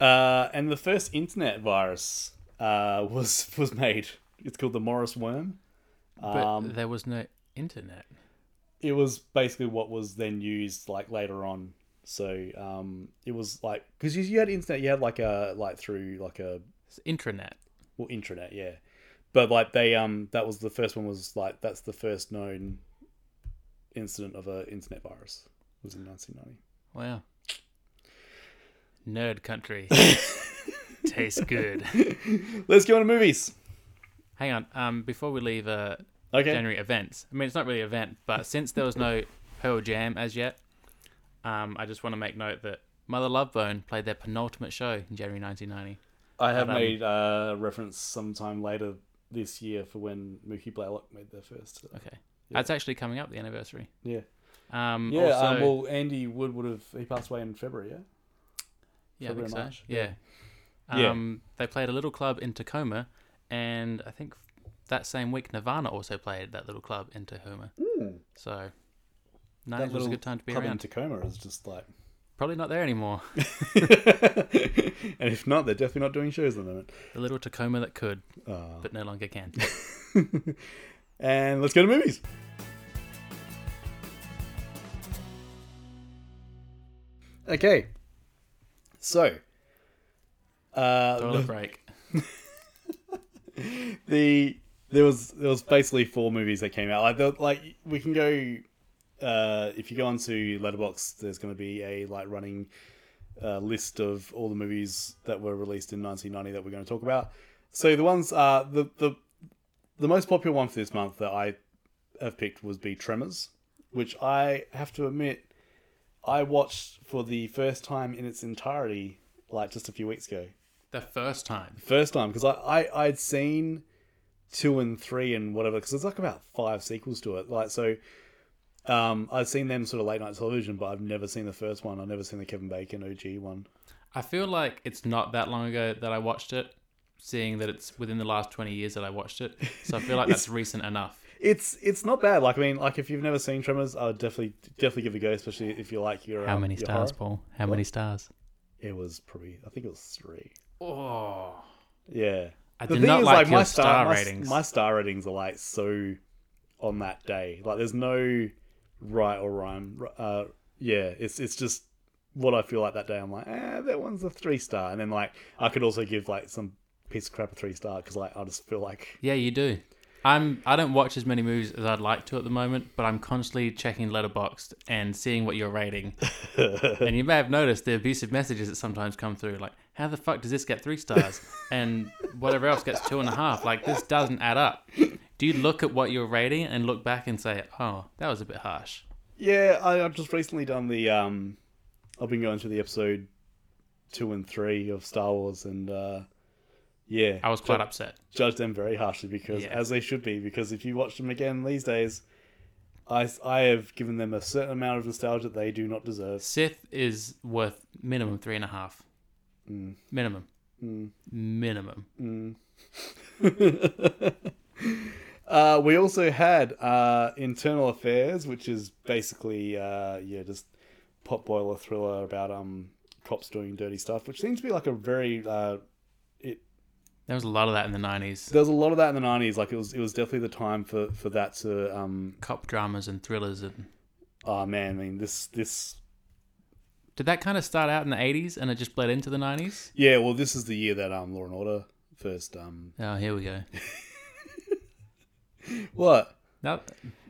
[SPEAKER 1] Uh, and the first internet virus uh, was (laughs) was made. It's called the Morris worm.
[SPEAKER 2] But uh,
[SPEAKER 1] Um,
[SPEAKER 2] there was no internet.
[SPEAKER 1] it was basically what was then used like later on. So um, it was like because you, you had internet, you had like a like through like a
[SPEAKER 2] It's intranet.
[SPEAKER 1] well intranet yeah but like they um that was the first one was like that's the first known incident of a internet virus was in 1990
[SPEAKER 2] Wow.
[SPEAKER 1] (laughs)
[SPEAKER 2] Nerd country. Tastes good.
[SPEAKER 1] let's go on to movies
[SPEAKER 2] Hang on. Um, before we leave uh,
[SPEAKER 1] okay
[SPEAKER 2] January events, I mean, it's not really an event, but since there was no Pearl Jam as yet, um, I just want to make note that Mother Love Bone played their penultimate show in January 1990.
[SPEAKER 1] i have
[SPEAKER 2] Um,
[SPEAKER 1] made uh reference sometime later this year for when mookie blaylock made their first
[SPEAKER 2] Okay. That's actually coming up, the anniversary.
[SPEAKER 1] yeah
[SPEAKER 2] Um,
[SPEAKER 1] yeah
[SPEAKER 2] also,
[SPEAKER 1] um, well andy wood would have he passed away in february yeah
[SPEAKER 2] Yeah, I
[SPEAKER 1] February,
[SPEAKER 2] think so.
[SPEAKER 1] March,
[SPEAKER 2] Yeah.
[SPEAKER 1] Yeah.
[SPEAKER 2] Um, they played a little club in Tacoma, and I think that same week Nirvana also played that little club in Tacoma. So, night was a
[SPEAKER 1] Hmm. little
[SPEAKER 2] good time to be
[SPEAKER 1] club in
[SPEAKER 2] around.
[SPEAKER 1] tacoma is just (laughs) like
[SPEAKER 2] Probably not there anymore. (laughs)
[SPEAKER 1] and if not they're definitely not doing shows at the moment
[SPEAKER 2] the little Tacoma that could,
[SPEAKER 1] Oh.
[SPEAKER 2] but no longer
[SPEAKER 1] (laughs)
[SPEAKER 2] can.
[SPEAKER 1] and let's go to movies Okay. So, uh,
[SPEAKER 2] Toilet
[SPEAKER 1] the,
[SPEAKER 2] break.
[SPEAKER 1] the- there was there was basically four movies that came out. Like the, like we can go uh, if you go onto Letterbox, there's going to be a like running uh, list of all the movies that were released in 1990 that we're going to talk about. So the ones uh, the the the most popular one for this month that I have picked was be Tremors, which I have to admit I watched for the first time in its entirety like just a few weeks ago
[SPEAKER 2] The first time.
[SPEAKER 1] first time because I, I I'd seen two and three and whatever because there's like about five sequels to it. Like so, um, I'd seen them sort of late night television, but I've never seen the first one. I've never seen the Kevin Bacon OG one.
[SPEAKER 2] I feel like it's not that long ago that I watched it, seeing that it's within the last 20 years that I watched it. So I
[SPEAKER 1] (laughs)
[SPEAKER 2] feel like that's recent enough.
[SPEAKER 1] It's it's not bad. Like I mean, like if you've never seen Tremors, I would definitely definitely give it a go, especially if you like your
[SPEAKER 2] How
[SPEAKER 1] um,
[SPEAKER 2] many
[SPEAKER 1] your
[SPEAKER 2] stars,
[SPEAKER 1] horror.
[SPEAKER 2] Paul? How many stars?
[SPEAKER 1] It was probably I think it was three.
[SPEAKER 2] Oh.
[SPEAKER 1] Yeah.
[SPEAKER 2] I did not like, your star,
[SPEAKER 1] my,
[SPEAKER 2] ratings.
[SPEAKER 1] My star ratings are like so on that day. Like there's no right or rhyme. Uh, yeah, it's it's just what I feel like that day. I'm like, eh, that one's a three star, and then like I could also give like some piece of crap a three star because like I just feel like
[SPEAKER 2] Yeah, you do. I'm I don't watch as many movies as I'd like to at the moment, but I'm constantly checking Letterboxd and seeing what you're rating. and you may have noticed the abusive messages that sometimes come through, like how the fuck does this get three stars and whatever else gets two and a half? Like this doesn't add up. Do you look at what you're rating and look back and say, oh, that was a bit harsh?
[SPEAKER 1] Yeah, I, I've just recently done the. Um, I've been going through the episode two and three of Star Wars, and uh, yeah,
[SPEAKER 2] I was quite upset.
[SPEAKER 1] judge them very harshly because,
[SPEAKER 2] Yeah.
[SPEAKER 1] as they should be, because if you watch them again these days, I I have given them a certain amount of nostalgia they do not deserve.
[SPEAKER 2] Sith is worth minimum three and a half. Minimum. Minimum.
[SPEAKER 1] Uh, we also had uh, Internal Affairs, which is basically uh, yeah, just pot boiler thriller about um cops doing dirty stuff, which seems to be like a very uh,
[SPEAKER 2] There was a lot of that in the 90s.
[SPEAKER 1] there was a lot of that in the nineties. Like it was it was definitely the time for for that to um
[SPEAKER 2] Cop dramas and thrillers. and
[SPEAKER 1] oh man, I mean this this
[SPEAKER 2] Did that kind of start out in the 80s and it just bled into the 90s?
[SPEAKER 1] yeah, well this is the year that um Law and Order first um
[SPEAKER 2] Oh, here we go.
[SPEAKER 1] what
[SPEAKER 2] No,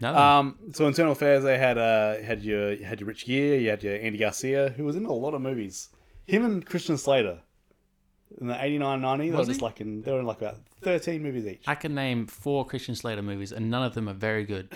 [SPEAKER 2] no.
[SPEAKER 1] Um, so internal affairs, they had uh, had your had your Rich Gear, you had your Andy Garcia, who was in a lot of movies. Him and Christian Slater in the 89, 90, they were
[SPEAKER 2] Was
[SPEAKER 1] just
[SPEAKER 2] he?
[SPEAKER 1] like in they were in like about thirteen movies each.
[SPEAKER 2] I can name four Christian Slater movies, and none of them are very good.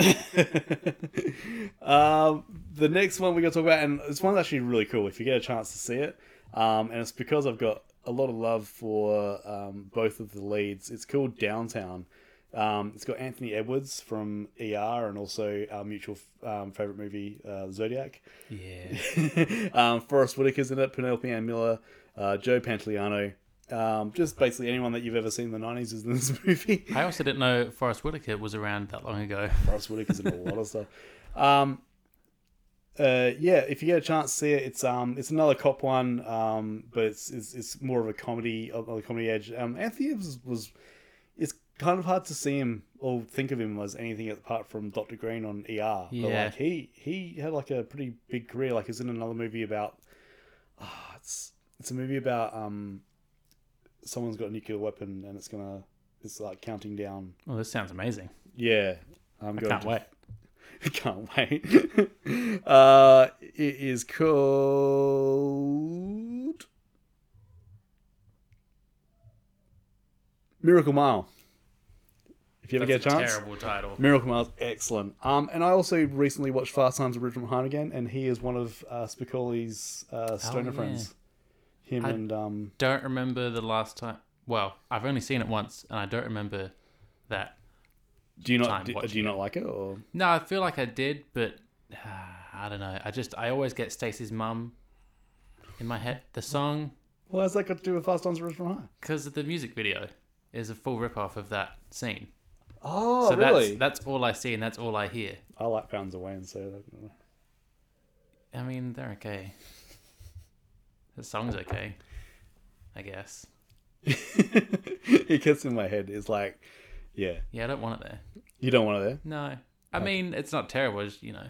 [SPEAKER 1] um, the next one we're gonna talk about, and this one's actually really cool if you get a chance to see it. Um, and it's because I've got a lot of love for um, both of the leads. It's called Downtown. Um, it's got Anthony Edwards from ER and also our mutual um, favorite movie, uh, Zodiac.
[SPEAKER 2] (coughs) Yeah.
[SPEAKER 1] (laughs) um, Forrest Whitaker's in it, Penelope Ann Miller, uh, Joe Pantoliano. Um, just basically anyone that you've ever seen in the 90s is in this (laughs) movie.
[SPEAKER 2] I also didn't know Forrest Whitaker was around that long ago.
[SPEAKER 1] Forrest Whitaker's in a lot of stuff. Um, uh, yeah, if you get a chance to see it, it's um, it's another cop one, um, but it's, it's it's more of a comedy on the comedy edge. Um, Anthony was, was it's kind of hard to see him or think of him as anything apart from Doctor Green on ER. But
[SPEAKER 2] Yeah.
[SPEAKER 1] like he he had like a pretty big career. Like he's in another movie about ah, it's it's a movie about um, someone's got a nuclear weapon and it's gonna it's like counting down.
[SPEAKER 2] Well, this sounds amazing.
[SPEAKER 1] Yeah, I'm
[SPEAKER 2] I can't wait.
[SPEAKER 1] can't wait. (laughs) uh, it is called Miracle Mile. If you ever
[SPEAKER 2] That's
[SPEAKER 1] get a chance,
[SPEAKER 2] terrible title.
[SPEAKER 1] Miracle Mile's excellent. Um, and I also recently watched Fast Times at Ridgemont High again, and he is one of uh, Spicoli's uh, stoner
[SPEAKER 2] Oh, yeah.
[SPEAKER 1] friends. Him
[SPEAKER 2] I-
[SPEAKER 1] and um,
[SPEAKER 2] Don't remember the last time. Well, I've only seen it once, and I don't remember that.
[SPEAKER 1] do you
[SPEAKER 2] time
[SPEAKER 1] not do, do
[SPEAKER 2] watching
[SPEAKER 1] you not like it or
[SPEAKER 2] No, I feel like I did, but (sighs) ah, I don't know. I just I always get Stacey's mum in my head. The song
[SPEAKER 1] well, how's that got to do with Fast Times at Ridgemont High?
[SPEAKER 2] because of the music video is a full rip off of that scene.
[SPEAKER 1] Oh,
[SPEAKER 2] So
[SPEAKER 1] really?
[SPEAKER 2] that's that's all I see and that's all I hear.
[SPEAKER 1] I like Pounds Away, and so
[SPEAKER 2] I mean, they're okay. The song's okay, I guess.
[SPEAKER 1] (laughs) it gets in my head. It's like, yeah,
[SPEAKER 2] Yeah, I don't want it there.
[SPEAKER 1] you don't want it there.
[SPEAKER 2] No, I mean it's not terrible. It's, you know,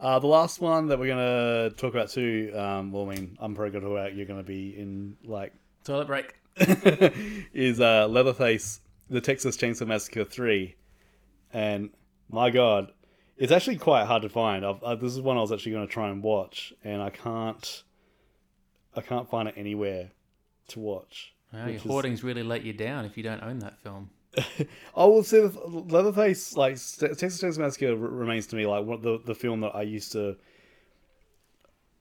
[SPEAKER 1] Uh, the last one that we're gonna talk about too. Um, well, I mean, I'm probably gonna talk about. You're gonna be in like (laughs)
[SPEAKER 2] toilet break.
[SPEAKER 1] is uh, Leatherface, the Texas Chainsaw Massacre three, and my God, it's actually quite hard to find. I've, I, this is one I was actually gonna try and watch, and I can't, I can't find it anywhere to watch.
[SPEAKER 2] Well,
[SPEAKER 1] which
[SPEAKER 2] your
[SPEAKER 1] is-
[SPEAKER 2] hoardings really let you down if you don't own that film.
[SPEAKER 1] I will say that Leatherface, like St- Texas Chainsaw Massacre, r- remains to me like what the the film that I used to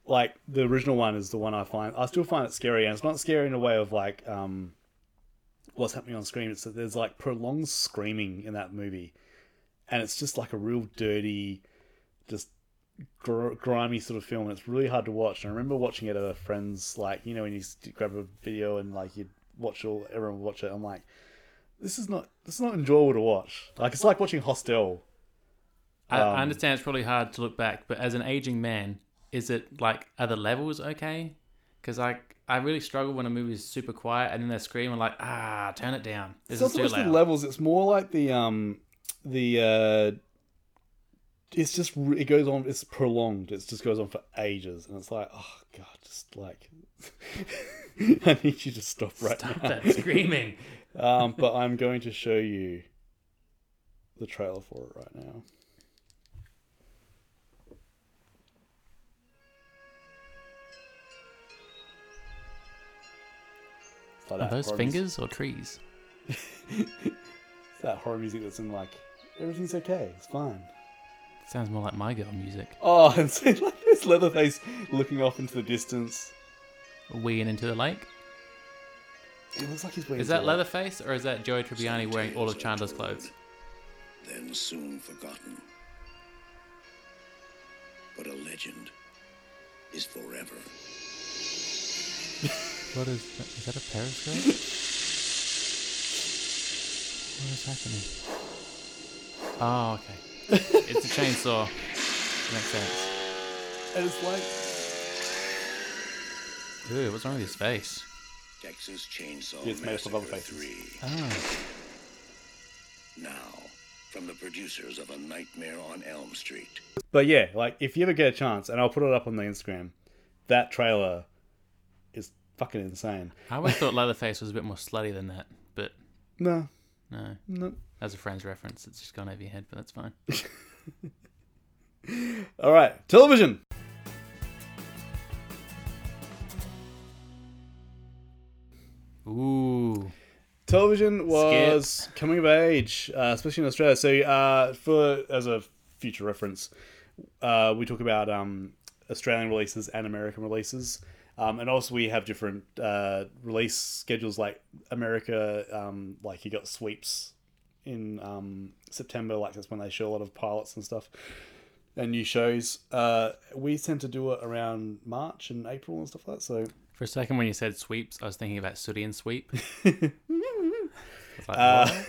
[SPEAKER 1] like. The original one is the one I find I still find it scary, and it's not scary in a way of like um, what's happening on screen. It's that there's like prolonged screaming in that movie, and it's just like a real dirty, just gr- grimy sort of film, and it's really hard to watch. And I remember watching it at a friend's, like you know, when you s- grab a video and like you watch all everyone would watch it. I'm like this is not this is not enjoyable to watch. Like it's like watching Hostel.
[SPEAKER 2] I,
[SPEAKER 1] Um,
[SPEAKER 2] I understand it's probably hard to look back, but as an aging man, is it like are the levels okay? Because I I really struggle when a movie is super quiet and then they scream and like ah turn it down.
[SPEAKER 1] It's
[SPEAKER 2] This
[SPEAKER 1] not
[SPEAKER 2] is
[SPEAKER 1] so
[SPEAKER 2] too
[SPEAKER 1] much the
[SPEAKER 2] loud.
[SPEAKER 1] levels. It's more like the um the uh it's just re- it goes on. It's prolonged. It just goes on for ages, and it's like oh god, just like (laughs) I need you to stop right
[SPEAKER 2] Stop
[SPEAKER 1] now.
[SPEAKER 2] that screaming.
[SPEAKER 1] Um, but I'm going to show you the trailer for it right now. It's like
[SPEAKER 2] (laughs) Are
[SPEAKER 1] that
[SPEAKER 2] those
[SPEAKER 1] horror music-
[SPEAKER 2] fingers or trees?
[SPEAKER 1] it's that horror music that's in like everything's okay, it's fine.
[SPEAKER 2] Sounds more like my girl music.
[SPEAKER 1] Oh, (laughs) and see, like this Leatherface looking off into the distance.
[SPEAKER 2] Weeing into the lake.
[SPEAKER 1] It looks like he's waiting.
[SPEAKER 2] Is that Leatherface or is that Joey Tribbiani wearing all of Chandler's clothes?
[SPEAKER 3] then soon forgotten. But a legend is forever.
[SPEAKER 2] What is that? Is that a (laughs) periscope? what is happening? Oh, okay. (laughs) it's a chainsaw. Makes sense.
[SPEAKER 1] And it's like
[SPEAKER 2] Ooh, what's wrong with his face?
[SPEAKER 3] Texas Chainsaw
[SPEAKER 1] It's made up of
[SPEAKER 3] Massacre
[SPEAKER 1] other faces.
[SPEAKER 3] 3.
[SPEAKER 2] Oh,
[SPEAKER 3] Now, from the producers of A Nightmare on Elm Street.
[SPEAKER 1] But yeah, like if you ever get a chance, and I'll put it up on the Instagram, that trailer is fucking insane.
[SPEAKER 2] I always thought Leatherface was a bit more slutty than that, but
[SPEAKER 1] No,
[SPEAKER 2] no.
[SPEAKER 1] no.
[SPEAKER 2] That's a friend's reference. It's just gone over your head, but that's fine.
[SPEAKER 1] All right, television.
[SPEAKER 2] Ooh.
[SPEAKER 1] Television was coming of age, uh, especially in Australia. So, uh, for as a future reference, uh, we talk about um, Australian releases and American releases, um, and also we have different uh, release schedules. Like America, um, like you got sweeps in um, September, like that's when they show a lot of pilots and stuff and new shows. Uh, we tend to do it around March and April and stuff like that. So,
[SPEAKER 2] For a second, when you said sweeps, I was thinking about Sooty
[SPEAKER 1] (laughs)
[SPEAKER 2] and Sweep. I was like,
[SPEAKER 1] uh,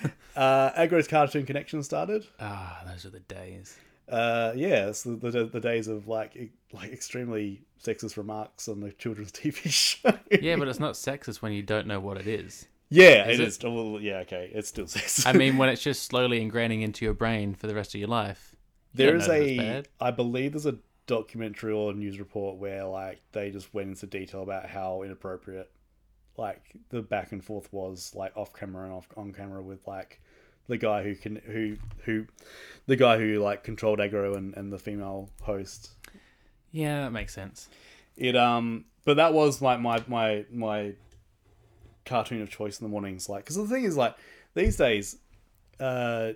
[SPEAKER 2] what?
[SPEAKER 1] uh, Agro's Cartoon Connection started.
[SPEAKER 2] Ah, those are the days.
[SPEAKER 1] uh yeah it's the, the, the days of like e- like extremely sexist remarks on the children's (laughs) tv show
[SPEAKER 2] Yeah, but it's not sexist when you don't know what it is.
[SPEAKER 1] (laughs) yeah
[SPEAKER 2] Is
[SPEAKER 1] it
[SPEAKER 2] it?
[SPEAKER 1] is oh, well, yeah okay it's still (laughs) sexist
[SPEAKER 2] I mean, when it's just slowly ingraining into your brain for the rest of your life. you
[SPEAKER 1] there
[SPEAKER 2] don't
[SPEAKER 1] is
[SPEAKER 2] know that it's
[SPEAKER 1] a
[SPEAKER 2] bad.
[SPEAKER 1] i believe there's a documentary or news report where like they just went into detail about how inappropriate like the back and forth was like off camera and off on camera with like the guy who can who who the guy who like controlled aggro and, and the female host
[SPEAKER 2] Yeah, that makes sense.
[SPEAKER 1] It um, but that was like my my my cartoon of choice in the mornings. Like, because the thing is, like these days, uh,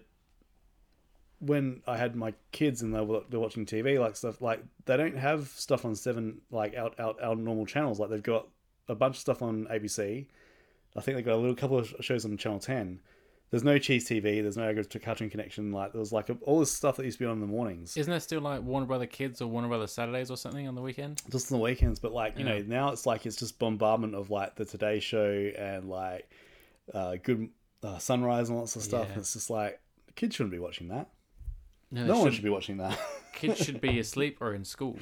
[SPEAKER 1] when I had my kids and they were they're watching TV, like stuff like they don't have stuff on seven like out out our normal channels. Like they've got a bunch of stuff on ABC. I think they've got a little couple of sh- shows on Channel Ten. There's no Cheese TV. There's no Agri- Cartoon Connection. Like there was like all this stuff that used to be on in the mornings.
[SPEAKER 2] Isn't there still like Warner Brother Kids or Warner Brother Saturdays or something on the weekend?
[SPEAKER 1] just on the weekends but like you know now it's like it's just bombardment of like the today show and like uh good uh, sunrise and lots of stuff
[SPEAKER 2] Yeah.
[SPEAKER 1] and it's just like kids shouldn't be watching that
[SPEAKER 2] No,
[SPEAKER 1] no one should be watching that (laughs)
[SPEAKER 2] Kids should be asleep or in school.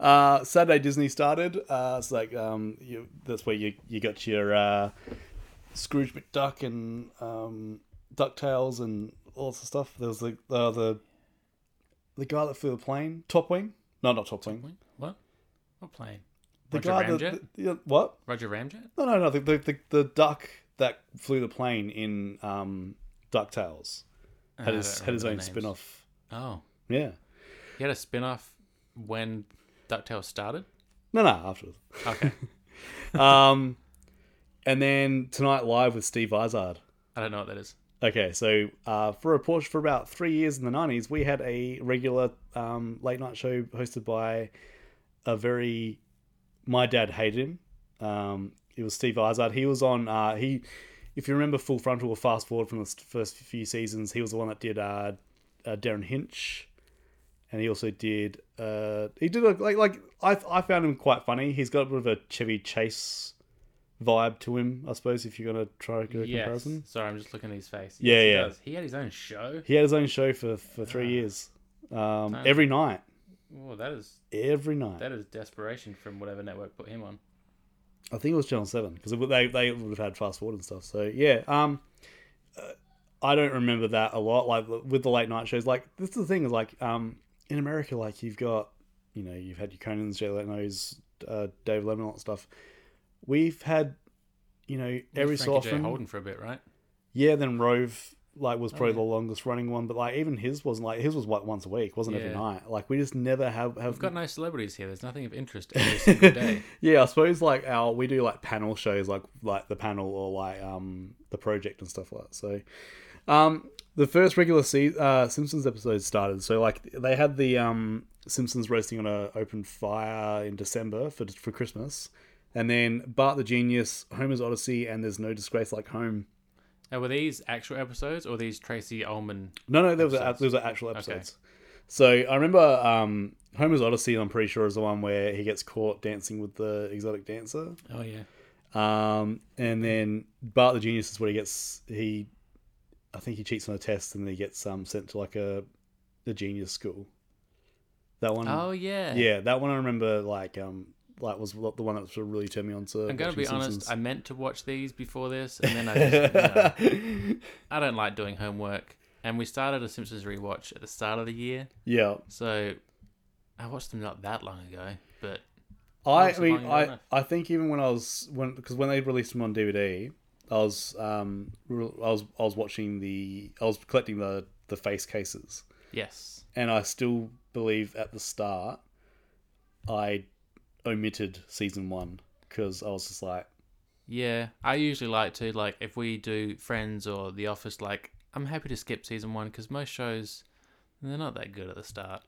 [SPEAKER 1] uh saturday disney started uh it's like um you that's where you you got your uh scrooge mcduck and um ducktales and all sorts of stuff there was like uh, the the guy that flew the plane top wing no not top wing
[SPEAKER 2] What? What plane?
[SPEAKER 1] the
[SPEAKER 2] Roger
[SPEAKER 1] guy
[SPEAKER 2] Ramjet?
[SPEAKER 1] that the- what
[SPEAKER 2] Roger Ramjet?
[SPEAKER 1] No, no, no. The, the, the, the duck that flew the plane in um, DuckTales
[SPEAKER 2] Ah, I
[SPEAKER 1] had his,
[SPEAKER 2] don't
[SPEAKER 1] had his
[SPEAKER 2] remember
[SPEAKER 1] own
[SPEAKER 2] names.
[SPEAKER 1] spin off.
[SPEAKER 2] Oh,
[SPEAKER 1] Yeah.
[SPEAKER 2] he had a spin off when DuckTales started?
[SPEAKER 1] No, no, afterwards.
[SPEAKER 2] Okay.
[SPEAKER 1] (laughs) um, and then Tonight Live with Steve Izard.
[SPEAKER 2] I don't know what that is.
[SPEAKER 1] Okay, so uh, for a Porsche for about three years in the 90s, we had a regular um, late night show hosted by a very. My dad hated him. Um, it was Steve Izard. He was on. Uh, he, if you remember Full Frontal or Fast Forward from the s- first few seasons, he was the one that did uh, uh, Darren Hinch, and he also did. Uh, he did a, like like I I found him quite funny. He's got a bit of a Chevy Chase vibe to him, I suppose. If you're gonna try to get a
[SPEAKER 2] Yes.
[SPEAKER 1] comparison,
[SPEAKER 2] Sorry, I'm just looking at his face.
[SPEAKER 1] Yeah,
[SPEAKER 2] he
[SPEAKER 1] yeah.
[SPEAKER 2] does. He had his own show.
[SPEAKER 1] He had his own show for, for three years. Um,
[SPEAKER 2] Damn.
[SPEAKER 1] every night.
[SPEAKER 2] Oh, that is
[SPEAKER 1] Every night.
[SPEAKER 2] that is desperation from whatever network put him on.
[SPEAKER 1] I think it was Channel 7 because they, they would have had Fast Forward and stuff. So, yeah. Um, uh, I don't remember that a lot. Like with the late night shows, like this is the thing is like um, in America, like you've got, you know, you've had your Conan's, Jay Leno's, uh, Dave Lemon, all that stuff. We've had, you know, every so
[SPEAKER 2] Frankie J.
[SPEAKER 1] often.
[SPEAKER 2] Holden for a bit, right?
[SPEAKER 1] Yeah, then Rove like was probably
[SPEAKER 2] Oh, yeah.
[SPEAKER 1] the longest running one, but like even his wasn't like his was like once a week, wasn't every
[SPEAKER 2] Yeah.
[SPEAKER 1] night. Like we just never have have
[SPEAKER 2] We've got no celebrities here. There's nothing of interest (laughs) every single day.
[SPEAKER 1] (laughs) yeah, I suppose like our we do like panel shows like like the panel or like um the project and stuff like that. So um the first regular se- uh, Simpsons episode started. So like they had the um Simpsons roasting on a open fire in December for for Christmas. And then Bart the Genius, Homer's Odyssey, and There's No Disgrace Like Home.
[SPEAKER 2] Now, were these actual episodes or these Tracy Ullman?
[SPEAKER 1] No, no, there was a,
[SPEAKER 2] Episodes.
[SPEAKER 1] there was actual episodes. So I remember um, Homer's Odyssey. I'm pretty sure is the one where he gets caught dancing with the exotic dancer.
[SPEAKER 2] Oh yeah,
[SPEAKER 1] Um, and then Bart the Genius is where he gets he, I think he cheats on a test and then he gets um sent to like a, the genius school. That one.
[SPEAKER 2] oh yeah.
[SPEAKER 1] Um, yeah, that one I remember like um like was the one that sort of really turned me on to.
[SPEAKER 2] I'm gonna
[SPEAKER 1] watching
[SPEAKER 2] be honest.
[SPEAKER 1] Simpsons.
[SPEAKER 2] I meant to watch these before this,
[SPEAKER 1] (laughs)
[SPEAKER 2] and then I just, no, I don't like doing homework. And we started a Simpsons rewatch at the start of the year,
[SPEAKER 1] yeah,
[SPEAKER 2] so I watched them not that long ago. But
[SPEAKER 1] I,
[SPEAKER 2] was
[SPEAKER 1] I mean,
[SPEAKER 2] long
[SPEAKER 1] I,
[SPEAKER 2] enough.
[SPEAKER 1] I think even when I was when because when they released them on DVD, I was um re- I was I was watching the I was collecting the the face cases,
[SPEAKER 2] yes,
[SPEAKER 1] and I still believe at the start, I omitted season one because I was just like,
[SPEAKER 2] yeah, I usually like to like if we do Friends or The Office. Like I'm happy to skip season one because most shows they're not that good at the start.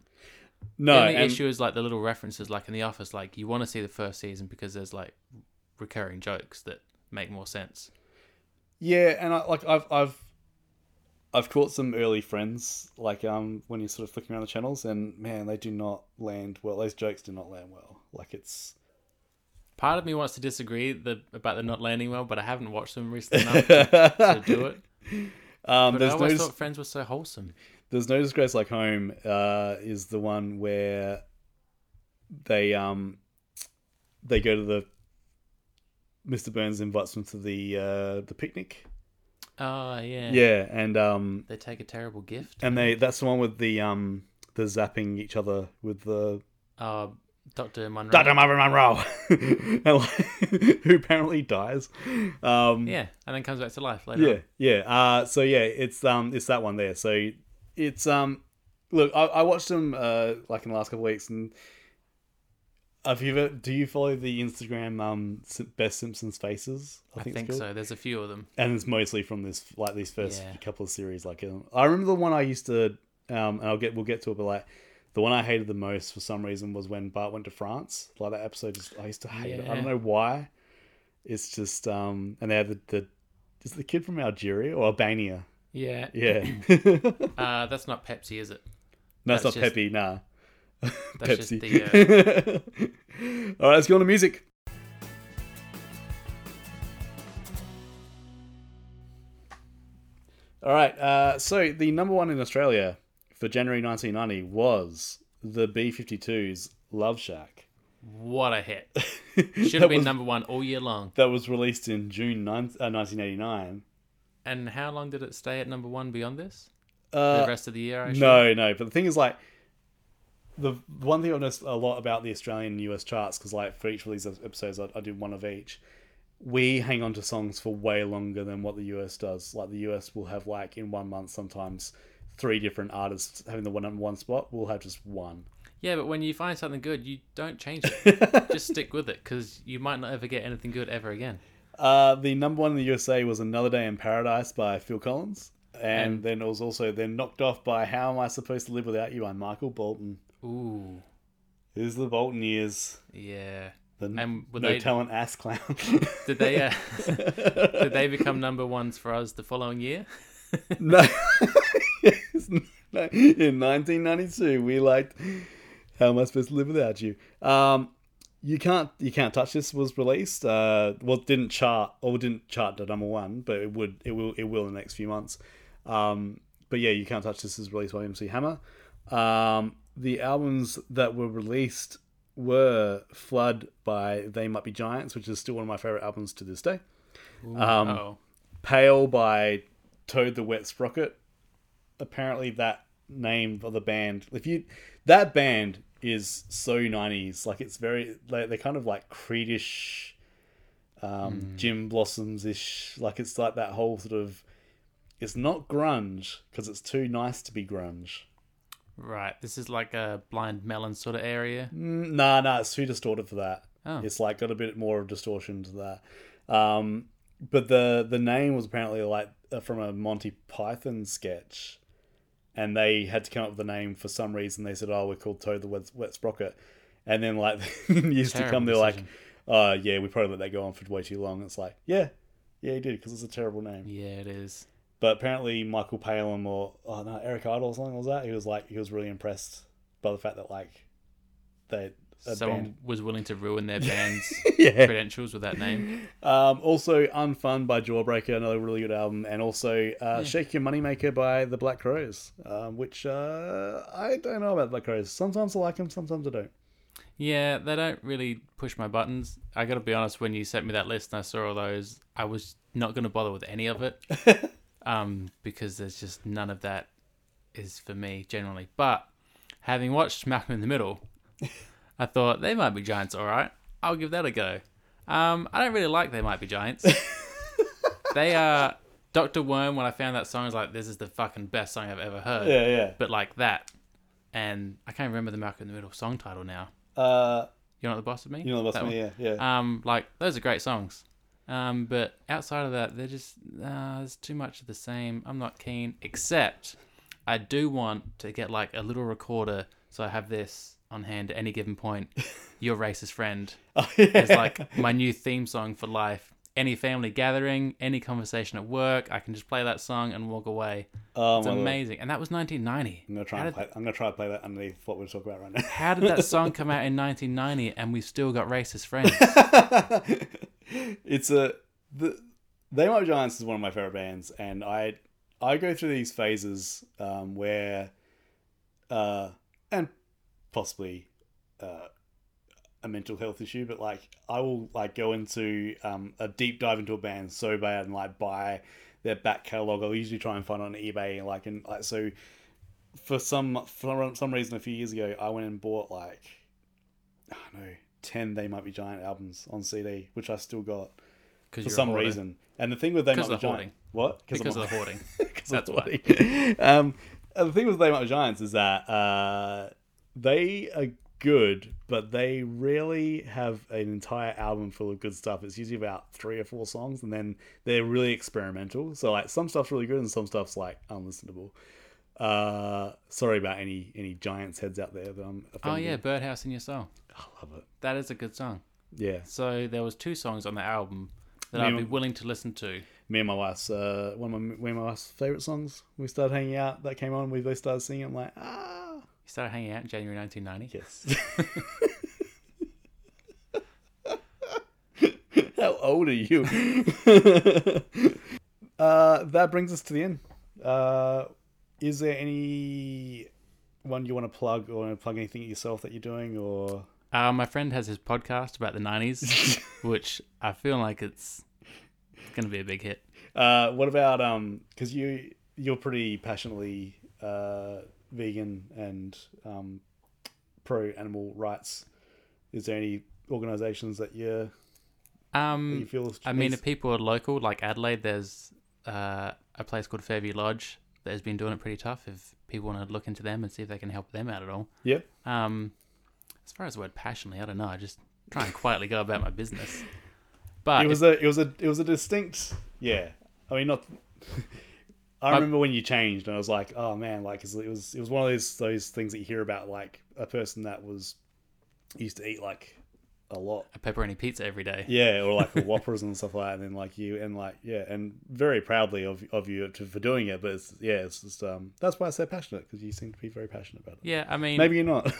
[SPEAKER 1] no,
[SPEAKER 2] the only
[SPEAKER 1] and-
[SPEAKER 2] issue is like the little references, like in The Office, like you want to see the first season because there's like recurring jokes that make more sense.
[SPEAKER 1] yeah, and I like I've I've I've caught some early friends like um when you're sort of flicking around the channels, and man, they do not land well. Those jokes do not land well. Like it's
[SPEAKER 2] Part of me wants to disagree the, about them not landing well, but I haven't watched them recently
[SPEAKER 1] (laughs)
[SPEAKER 2] enough to, to do it.
[SPEAKER 1] um
[SPEAKER 2] But I
[SPEAKER 1] there's no
[SPEAKER 2] always
[SPEAKER 1] dis-
[SPEAKER 2] thought Friends was so wholesome.
[SPEAKER 1] there's no disgrace like home uh is the one where they um they go to the Mr. Burns invites them to the uh the picnic.
[SPEAKER 2] Oh yeah.
[SPEAKER 1] Yeah, and um,
[SPEAKER 2] They take a terrible gift.
[SPEAKER 1] and they that's the one with the um, the zapping each other with the
[SPEAKER 2] Uh, Doctor Monroe.
[SPEAKER 1] Dr. Marvin Monroe, (laughs) and, like, (laughs) who apparently dies. Um,
[SPEAKER 2] Yeah, and then comes back to life later.
[SPEAKER 1] yeah,
[SPEAKER 2] on.
[SPEAKER 1] yeah. Uh, so yeah, it's um, it's that one there. So it's um, look, I, I watched them uh, like in the last couple of weeks, and have you ever, do you follow the Instagram um, Sim- best Simpsons faces?
[SPEAKER 2] I
[SPEAKER 1] it's
[SPEAKER 2] think,
[SPEAKER 1] called?
[SPEAKER 2] so. There's a few of them.
[SPEAKER 1] and it's mostly from this like these first
[SPEAKER 2] Yeah.
[SPEAKER 1] couple of series. Like um, I remember the one I used to, um, and I'll get we'll get to it, but like the one I hated the most for some reason was when Bart went to France. Like that episode, just I used to hate it. I
[SPEAKER 2] Yeah.
[SPEAKER 1] don't know why. It's just um, and they had the, the is it the kid from Algeria or Albania?
[SPEAKER 2] Yeah. (laughs)
[SPEAKER 1] Yeah, (laughs) no,
[SPEAKER 2] Uh, that's not Pepsi, is it?
[SPEAKER 1] it's
[SPEAKER 2] that's
[SPEAKER 1] not
[SPEAKER 2] just-
[SPEAKER 1] Peppy. Nah,
[SPEAKER 2] That's
[SPEAKER 1] Pepsi. (laughs)
[SPEAKER 2] just the. Uh,
[SPEAKER 1] All right, let's go on to music. All right, uh, so the number one in Australia for January 1990 was the B52's Love Shack.
[SPEAKER 2] what a hit! Should
[SPEAKER 1] (laughs) that,
[SPEAKER 2] have been
[SPEAKER 1] was,
[SPEAKER 2] number one all year long.
[SPEAKER 1] that was released in June 9, uh, 1989.
[SPEAKER 2] And how long did it stay at number one beyond this?
[SPEAKER 1] Uh,
[SPEAKER 2] the rest of the year, I assume?
[SPEAKER 1] No, no. But the thing is, like, the one thing I noticed a lot about the Australian and US charts, because, like, for each of these episodes, I, I do one of each. We hang on to songs for way longer than what the US does. Like, the US will have, like, in one month, sometimes three different artists having the one on one spot. We'll have just one.
[SPEAKER 2] Yeah, but when you find something good, you don't change
[SPEAKER 1] (laughs)
[SPEAKER 2] it. Just stick with it because you might not ever get anything good ever again.
[SPEAKER 1] Uh, the number one in the USA was Another Day in Paradise by Phil Collins. And,
[SPEAKER 2] And-
[SPEAKER 1] then it was also then knocked off by How Am I Supposed to Live Without You by Michael Bolton.
[SPEAKER 2] Ooh,
[SPEAKER 1] Who's the Bolton years?
[SPEAKER 2] yeah.
[SPEAKER 1] The
[SPEAKER 2] And were
[SPEAKER 1] no
[SPEAKER 2] they-
[SPEAKER 1] talent ass (laughs) clown.
[SPEAKER 2] Did they?
[SPEAKER 1] (laughs)
[SPEAKER 2] Uh, did they become number ones for us the following year?
[SPEAKER 1] No. (laughs) Yes, no. In 1992, we liked "How Am I Supposed to Live Without You." Um, you can't, you can't touch this. Was released. Uh, well, it didn't chart or didn't chart to number one, but it would, it will, it will in the next few months. Um, but yeah, you can't touch this. Is released by MC Hammer. Um, the albums that were released were "Flood" by They Might Be Giants, which is still one of my favorite albums to this day. Um,
[SPEAKER 2] oh,
[SPEAKER 1] Pale by Toad the Wet Sprocket. Apparently, that name of the band, if you that band is so 90s, like it's very they- they're kind of like Creedish, um, Jim Blossoms ish, like it's like that whole sort of It's not grunge because it's too nice to be grunge.
[SPEAKER 2] Right. This is like a blind melon sort of area.
[SPEAKER 1] Mm, Nah, nah, it's too distorted for that.
[SPEAKER 2] Oh.
[SPEAKER 1] It's like got a bit more of distortion to that. Um, but the the name was apparently like uh, from a Monty Python sketch, and they had to come up with a name for some reason. They said, "Oh, we're called Toad the Wet, Wet Sprocket," and then like (laughs) used to come,
[SPEAKER 2] Terrible
[SPEAKER 1] they're like,
[SPEAKER 2] decision.
[SPEAKER 1] "Oh, yeah, we probably let that go on for way too long." It's like, yeah, yeah, you did because it's a terrible name.
[SPEAKER 2] Yeah, it is.
[SPEAKER 1] But apparently, Michael Palin or oh no, Eric Idle or something was that. He was like, he was really impressed by the fact that like
[SPEAKER 2] (laughs)
[SPEAKER 1] they. a
[SPEAKER 2] Someone
[SPEAKER 1] band-
[SPEAKER 2] was willing to
[SPEAKER 1] (laughs)
[SPEAKER 2] ruin their band's
[SPEAKER 1] yeah.
[SPEAKER 2] credentials with that name.
[SPEAKER 1] Um, also, Unfun by Jawbreaker, another really good album, and also uh, Shake Your Moneymaker by the Black Crows, um, which uh, I don't know about Black Crows. Sometimes I like them, sometimes I don't.
[SPEAKER 2] Yeah, they don't really push my buttons. I got to be honest, when you sent me that list and I saw all those, I was not going to bother with any
[SPEAKER 1] (laughs)
[SPEAKER 2] of it um, because there's just none of that is for me generally. But having watched Malcolm in the Middle, I thought they might be giants, all right. I'll give that a go. Um, I don't really like they might be giants.
[SPEAKER 1] (laughs)
[SPEAKER 2] they are Doctor Worm. When I found that song, I was like, "This is the fucking best song I've ever heard."
[SPEAKER 1] Yeah,
[SPEAKER 2] But like that, and I can't remember the Malcolm in the Middle song title now.
[SPEAKER 1] yeah. Uh,
[SPEAKER 2] You're not the boss of me.
[SPEAKER 1] you know, that's
[SPEAKER 2] That
[SPEAKER 1] me,
[SPEAKER 2] one.
[SPEAKER 1] yeah, yeah.
[SPEAKER 2] Um, like those are great songs. Um, but outside of that, they're just uh, there's too much of the same. I'm not keen. Except I do want to get like a little recorder so I have this on hand at any given point. Your racist friend is Uh, like my new theme song for life. Any family gathering, any conversation at work, I can just play that song and walk away.
[SPEAKER 1] (laughs) oh,
[SPEAKER 2] It's
[SPEAKER 1] my Lord.
[SPEAKER 2] amazing. And that was 1990.
[SPEAKER 1] I'm gonna try
[SPEAKER 2] How
[SPEAKER 1] and
[SPEAKER 2] did-
[SPEAKER 1] play. I'm gonna try to play that underneath what we're talking about right now.
[SPEAKER 2] how did that song come out in 1990 and we still got
[SPEAKER 1] (laughs)
[SPEAKER 2] racist friends?
[SPEAKER 1] it's a the they might be giants is one of my favorite bands and i i go through these phases um where uh and possibly uh a mental health issue but like i will like go into um a deep dive into a band so bad and like buy their back catalog i'll usually try and find it on ebay like and like so for some for some reason a few years ago i went and bought like I don't know, 10 They Might Be Giant albums on CD, which I still got for
[SPEAKER 2] Because
[SPEAKER 1] some reason. And the thing with They Might
[SPEAKER 2] Because
[SPEAKER 1] Be
[SPEAKER 2] of the hoarding.
[SPEAKER 1] Giant. What?
[SPEAKER 2] Because
[SPEAKER 1] I'm- (laughs)
[SPEAKER 2] of the hoarding.
[SPEAKER 1] because of
[SPEAKER 2] That's why.
[SPEAKER 1] hoarding. (laughs) um, and the thing with They Might Be Giants is that uh, they are good, but they rarely have an entire album full of good stuff. It's usually about three or four songs, and then they're really experimental. So, like, some stuff's really good and some stuff's, like, unlistenable. Uh, sorry about any any Giants heads out there that I'm offended.
[SPEAKER 2] Oh yeah, Birdhouse in Your Soul.
[SPEAKER 1] I love it.
[SPEAKER 2] That is a good song.
[SPEAKER 1] Yeah.
[SPEAKER 2] So there was two songs on the album that I'd
[SPEAKER 1] Yeah.
[SPEAKER 2] be willing to listen to.
[SPEAKER 1] me and my wife's uh, one of my, one of my wife's favorite songs. We started hanging out. That came on. We both started singing. I'm like, ah,
[SPEAKER 2] You started hanging out in January 1990.
[SPEAKER 1] yes. (laughs) How old are you? (laughs) uh, that brings us to the end. Uh, is there any one you want to plug or want to plug anything yourself that you're doing or?
[SPEAKER 2] Uh, my friend has his podcast about the
[SPEAKER 1] (laughs)
[SPEAKER 2] 90s, which I feel like it's going to be a big hit.
[SPEAKER 1] Uh, what about um? Because you you're pretty passionately uh, vegan and um, pro animal rights. Is there any organisations that you that you
[SPEAKER 2] Um,
[SPEAKER 1] feel?
[SPEAKER 2] I mean, if people are local, like Adelaide, there's uh, a place called Fairview Lodge that has been doing it pretty tough. If people want to look into them and see if they can help them out at all.
[SPEAKER 1] yeah.
[SPEAKER 2] Um, as far as the word passionately, I don't know. I just try and quietly go about my business. But
[SPEAKER 1] It was a it was a it was a distinct yeah. I mean, not. (laughs) I remember when you changed, and I was like, "Oh man!" Like 'cause it was, it was one of those those things that you hear about, like a person that was used to eat like a lot,
[SPEAKER 2] a pepperoni pizza every day.
[SPEAKER 1] Yeah, or
[SPEAKER 2] (laughs)
[SPEAKER 1] like the Whoppers and stuff like that, and then like you and like yeah, and very proudly of of you to, for doing it. But it's yeah, it's just um that's why I say passionate because you seem to be very passionate about it.
[SPEAKER 2] Yeah, I mean,
[SPEAKER 1] Maybe you're
[SPEAKER 2] (laughs)
[SPEAKER 1] not.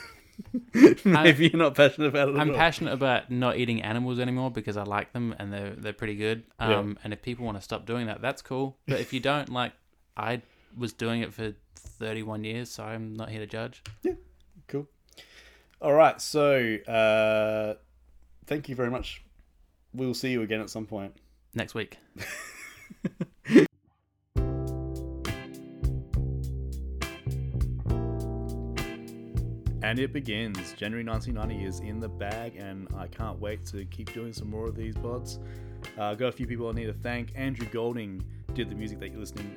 [SPEAKER 1] (laughs) Maybe you're not passionate about it. at
[SPEAKER 2] I'm
[SPEAKER 1] all.
[SPEAKER 2] passionate about not eating animals anymore because I like them and they're they're pretty good. Um, and if people want to stop doing that, that's cool. But if you don't, like, I was doing it for 31 years, so I'm not here to judge.
[SPEAKER 1] Cool. All right, so uh, thank you very much. We'll see you again at some point.
[SPEAKER 2] Next week.
[SPEAKER 1] And it begins. January 1990 is in the bag, and I can't wait to keep doing some more of these pods. Uh, got a few people I need to thank. Andrew Golding did the music that you're listening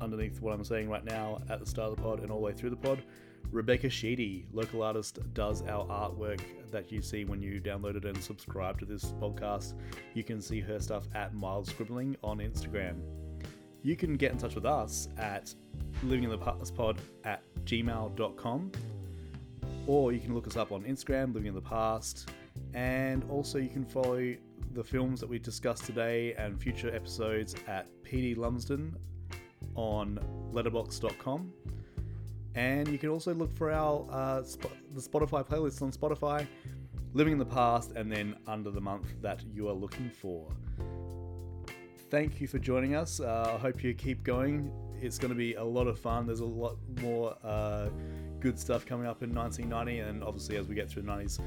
[SPEAKER 1] underneath what I'm saying right now at the start of the pod and all the way through the pod. Rebecca Sheedy, local artist, does our artwork that you see when you downloaded and subscribe to this podcast. You can see her stuff at Mild Scribbling on Instagram. You can get in touch with us at living in the past pod at gmail.com or you can look us up on Instagram, Living in the Past, and also you can follow the films that we discussed today and future episodes at PD Lumsden on letterbox.com. And you can also look for our uh, Sp- the Spotify playlist on Spotify, Living in the Past, and then under the month that you are looking for. Thank you for joining us. Uh, I hope you keep going. It's going to be a lot of fun. There's a lot more uh, good stuff coming up in 1990, and obviously as we get through the 90s,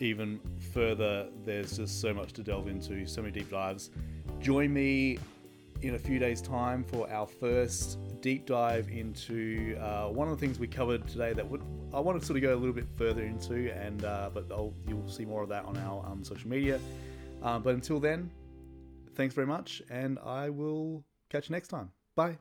[SPEAKER 1] even further, there's just so much to delve into, so many deep dives. Join me in a few days' time for our first deep dive into uh, one of the things we covered today that would I want to sort of go a little bit further into, and uh, but I'll, you'll see more of that on our um, social media. Uh, but until then, thanks very much, and I will catch you next time. Bye.